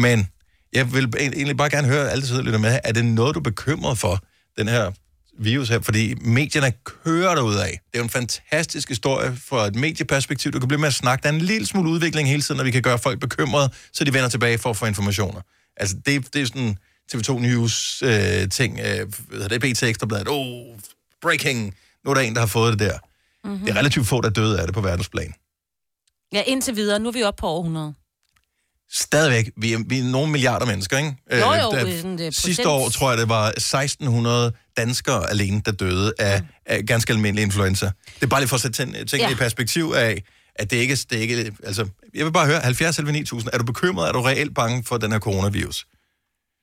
Men jeg vil e- egentlig bare gerne høre alle sidder lytter med her. Er det noget, du er bekymret for, den her virus her? Fordi medierne kører derud af. Det er jo en fantastisk historie fra et medieperspektiv. Du kan blive med at snakke. Der er en lille smule udvikling hele tiden, og vi kan gøre folk bekymrede, så de vender tilbage for at få informationer. Altså, det, det er sådan TV2 News-ting. Øh, ting, øh, hvad hedder det BT Ekstrabladet. Åh, oh, breaking. Nu er der en, der har fået det der. Mm-hmm. Det er relativt få, der er døde af det på verdensplan. Ja, indtil videre. Nu er vi oppe på over 100. Stadigvæk, vi er, vi er nogle milliarder mennesker, ikke? Jo, jo, Øh, det er sådan, det er sidste procent. år tror jeg, det var 1600 danskere alene, der døde af, mm. af ganske almindelig influenza. Det er bare lige for at sætte ting- tingene Ja. ja. i perspektiv af, at det ikke, det ikke... Altså, jeg vil bare høre, 70 11 9000, er du bekymret? Er du reelt bange for den her coronavirus?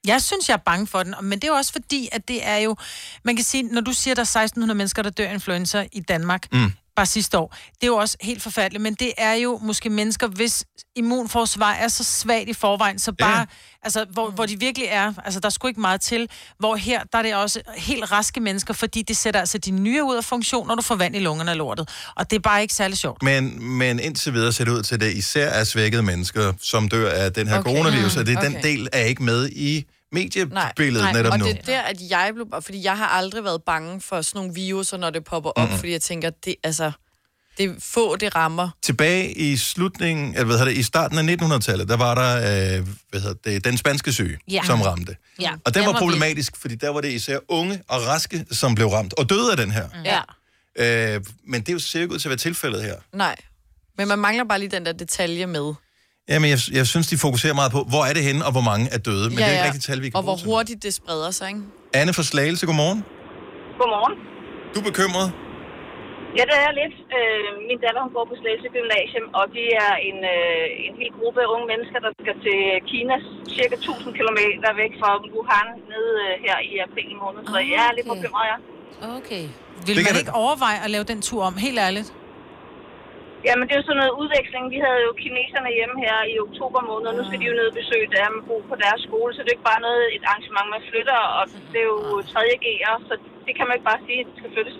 Jeg synes, jeg er bange for den, og- men det er jo også fordi, at det er jo... Man kan sige, når du siger, at der er 1600 mennesker, der dør af influenza i Danmark, Mm. bare sidste år, det er jo også helt forfærdeligt, men det er jo måske mennesker, hvis immunforsvar er så svagt i forvejen, så bare... Ja. Ja. Altså, hvor, hvor de virkelig er, altså der er sgu ikke meget til, hvor her, der er det også helt raske mennesker, fordi det sætter altså dine nyere ud af funktion, når du får vand i lungerne af lortet. Og det er bare ikke særlig sjovt. Men, men indtil videre ser det ud til, at det især er svækkede mennesker, som dør af den her Okay. okay. coronavirus, Ah, Mm, og det er okay. den okay. del, er ikke med i mediebilledet netop og nu. det er der, at jeg blev... Fordi jeg har aldrig været bange for sådan nogle viruser, når det popper op, Mm-mm. fordi jeg tænker, det altså... Det er få, det rammer. Tilbage i slutningen, eller hvad hedder det, i starten af 1900-tallet, der var der, øh, hvad hedder det, den spanske syge, ja. som ramte. Ja. Og den var vild. problematisk, fordi der var det især unge og raske, som blev ramt og døde af den her. Ja. Øh, men det er jo ser jo ikke ud til at være tilfældet her. Nej. Men man mangler bare lige den der detalje med. Jamen, jeg, jeg synes, de fokuserer meget på, hvor er det henne, og hvor mange er døde. Men ja, det er ikke rigtig tal, vi kan Og hvor bruge til. hurtigt det spreder sig, ikke? Anne fra Slagelse, godmorgen. Godmorgen. Du er bekymret? Ja, det er jeg lidt. Øh, min datter hun går på Slagelse Gymnasium, og de er en, øh, en hel gruppe af unge mennesker, der skal til Kina, cirka 1000 km væk fra Wuhan, nede øh, her i april måned. Så jeg er lidt Okay. bekymret, ja. Okay. Vil man ikke overveje at lave den tur om, helt ærligt? Jamen, det er jo sådan noget udveksling. Vi havde jo kineserne hjemme her i oktober måned, og nu skal de jo ned og besøge dem og bo på deres skole, så det er jo ikke bare noget, et arrangement, man flytter, og det er jo 3. G'er, så det kan man ikke bare sige, at det skal flyttes.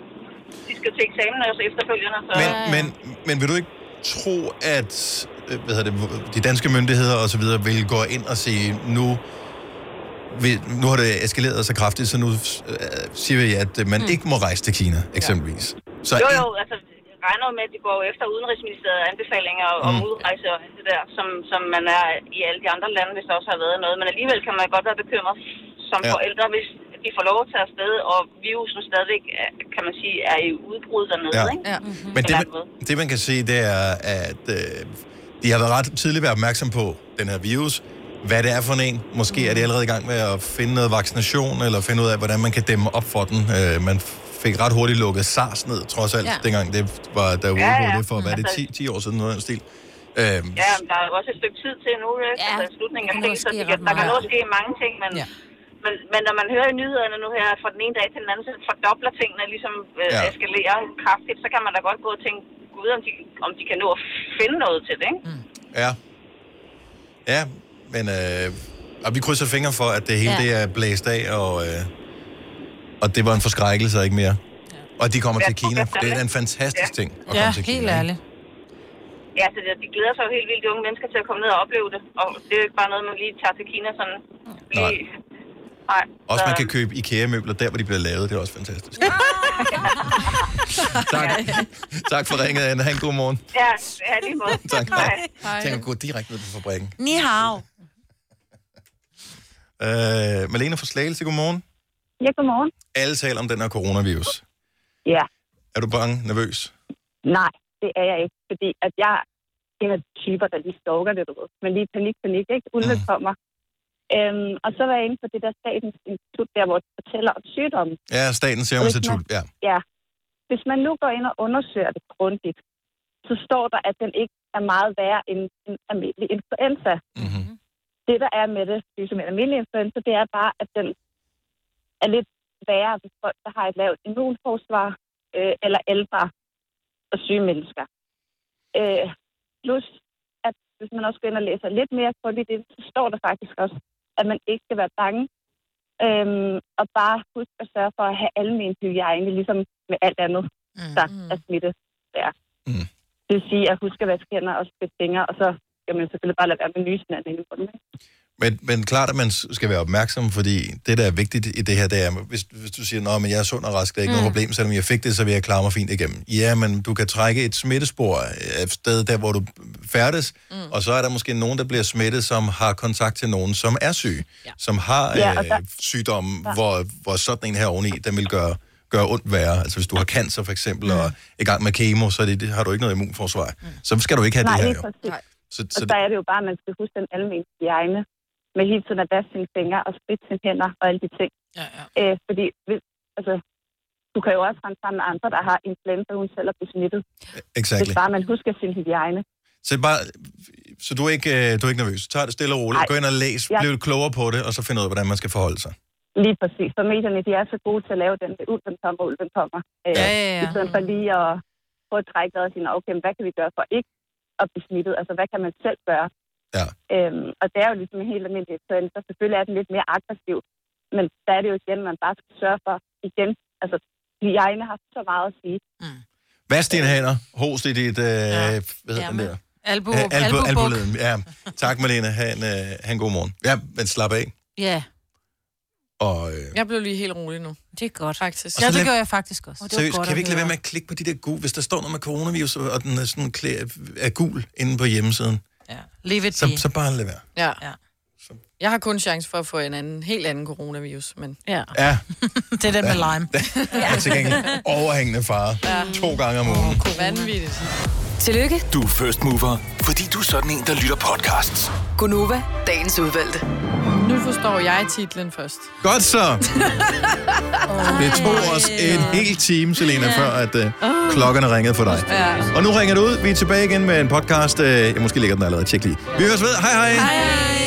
De skal til eksamen, og så efterfølgende, så... Men, men, men vil du ikke tro, at øh, hvad hedder det, de danske myndigheder og så videre vil gå ind og sige, nu, vi, nu har det eskaleret så kraftigt, så nu øh, siger vi, at øh, man mm. ikke må rejse til Kina, eksempelvis. Så jo, en- jo, altså, jeg regner jo med, at det går jo efter udenrigsministeriets anbefalinger om Mm. udrejse og alt det der, som, som man er i alle de andre lande, hvis der også har været noget. Men alligevel kan man godt være bekymret som Ja. ja. forældre, hvis de får lov at tage afsted, og virusen stadigvæk, er- kan man sige, er i udbrud dernede, Ja. ikke? Ja. Men det, man, det, man kan se, det er, at øh, de har været ret tidligt været opmærksom på den her virus. Hvad det er for en. Måske er Mm. de allerede i gang med at finde noget vaccination, eller finde ud af, hvordan man kan dæmme op for den. Øh, man fik ret hurtigt lukket SARS ned, trods alt, Ja. ja. dengang det var der Ja, ja, ja. ja. det for, hvad er det, Altså- 10, 10 år siden, noget af den stil. Øh, Ja, men der er jo også et stykke tid til nu, ikke? Ja, altså i slutningen af kan april, nå så at ske det, kan- ret der kan nå meget. at ske mange ting, men, ja. men, men når man hører i nyhederne nu her, fra den ene dag til den anden, så fordobler tingene ligesom øh, Ja. ja. eskalerer kraftigt, så kan man da godt gå og tænke, gud, om de, om de kan nå at finde noget til det, ikke? Mm. Ja. Ja, men øh, og vi krydser fingre for, at det hele ja. Ja. det er blæst af, og, øh, og det var en forskrækkelse og ikke mere. Og at de kommer til Kina. Det er en fantastisk ting at komme til Kina. ikke? Ja, så det, de glæder sig jo helt vildt, de unge mennesker, til at komme ned og opleve det. Og det er jo ikke bare noget, man lige tager til Kina sådan. Lige... Nej. Også man så- kan købe IKEA-møbler der, hvor de bliver lavet. Det er også fantastisk. tak. tak for ringet, Anne. Ha' en god morgen. Ja, ja lige måde. Tak. Hej. Jeg tænker at gå direkte ned på fabrikken. Ni hao. Øh, Malene fra Slagelse, godmorgen. Ja, godmorgen. Alle taler om den her coronavirus. Ja, Er du bange, nervøs? nej, det er jeg ikke, fordi at jeg er en af de typer, der lige stalker det, du ved. Men lige panik, panik, ikke? Ulve kommer. Øhm, og så var jeg inde på det der statens institut, der hvor de fortæller om sygdommen. Ja, Statens Serum Institut. Ja. Ja. Hvis man nu går ind og undersøger det grundigt, så står der, at den ikke er meget værre end en almindelig influenza. Mm-hmm. Det, der er med det, det er som en almindelig influenza, det er bare, at den er lidt værre for folk, der har et lavt immunforsvar, øh, eller ældre og syge mennesker. Øh, plus, at hvis man også går ind og læser lidt mere grundigt i det, så står der faktisk også, at man ikke skal være bange, Øhm, og bare husk at sørge for at have almen hygiejne, ligesom med alt andet, mm. der er smitte. Ja. Mm. Det vil sige, at huske at vaske hænder og spidse fingre, og så skal man selvfølgelig bare lade være med nysen af den ene grund. ikke? Men, men klart, at man s- skal være opmærksom, fordi det, der er vigtigt i det her, det er, hvis, hvis du siger, at jeg er sund og rask, det er ikke mm. Mm. noget problem, selvom jeg fik det, så vil jeg klare mig fint igennem. Ja, men du kan trække et smittespor øh, et sted, der hvor du færdes, mm. og så er der måske nogen, der bliver smittet, som har kontakt til nogen, som er syg, ja. som har Ja, ja, og øh, der- sygdomme, Ja. ja. hvor, hvor sådan en her oveni, den vil gøre gør ondt værre. Altså hvis du har cancer for eksempel, Mm. og er i gang med kemo, så er det, det har du ikke noget immunforsvar. Så skal du ikke have Nej, det her lige jo. præcis. Så, Og så så er det jo bare, at man skal huske den almindelige hygiejne med hele tiden at vaske sine fingre og spritte sine hænder og alle de ting. Ja, ja. Øh, fordi, hvis- altså, du kan jo også rende sammen med andre, der har influenza, uden selv at blive smittet. Exactly. Hvis bare man husker sin hygiejne. Så, bare, så du, er ikke, øh, du er ikke nervøs. Tag det stille og roligt. Nej. Gå ind og læs. Jeg- Bliv lidt klogere på det, og så find ud af, hvordan man skal forholde sig. Lige præcis. For medierne, de er så gode til at lave den, ulven kommer, ulven kommer. Øh, Ja, ja, ja. I stedet for lige at prøve at trække vejret og sige, "Nå, okay, men hvad kan vi gøre for ikke at blive smittet? Altså, hvad kan man selv gøre? Ja. Øhm, og det er jo ligesom en helt almindelig influenza. Selvfølgelig er den lidt mere aggressiv, men der er det jo igen, man bare skal sørge for igen. Altså, hygiejne har så meget at sige. Mm. Vask dine hænder. Host i dit... Øh, ja. Hvad hedder den der? Albu, Ja, albu, albu albuleden. Ja. Tak, Malene. Ha' en, øh, ha' en god morgen. Ja, men slap af. Ja. Og, øh, Jeg blev lige helt rolig nu. Det er godt. Faktisk. Og så Ja, det lad- gjorde jeg faktisk også. seriøst, kan vi ikke lade være med at klikke på de der gule? Hvis der står noget med coronavirus, og den er, sådan, klæ- er gul inde på hjemmesiden, Leave it så, be. så bare lad være. Ja. ja. Jeg har kun chance for at få en anden, helt anden coronavirus, men... Ja. Ja, Det er den med lime. er til gengæld overhængende fare. Ja. To gange om ugen. Vanvittigt. Tillykke, Du er first mover, fordi du er sådan en, der lytter podcasts. Gunova, dagens udvalgte. Nu forstår jeg titlen først. Godt så. Det tog os en hel time, Selena, Ja. før at øh, klokkerne ringede for dig. Ja. Og nu ringer det ud. Vi er tilbage igen med en podcast. Øh, jeg måske ligger den allerede. Tjek lige. Vi høres ved. Hej hej. hej.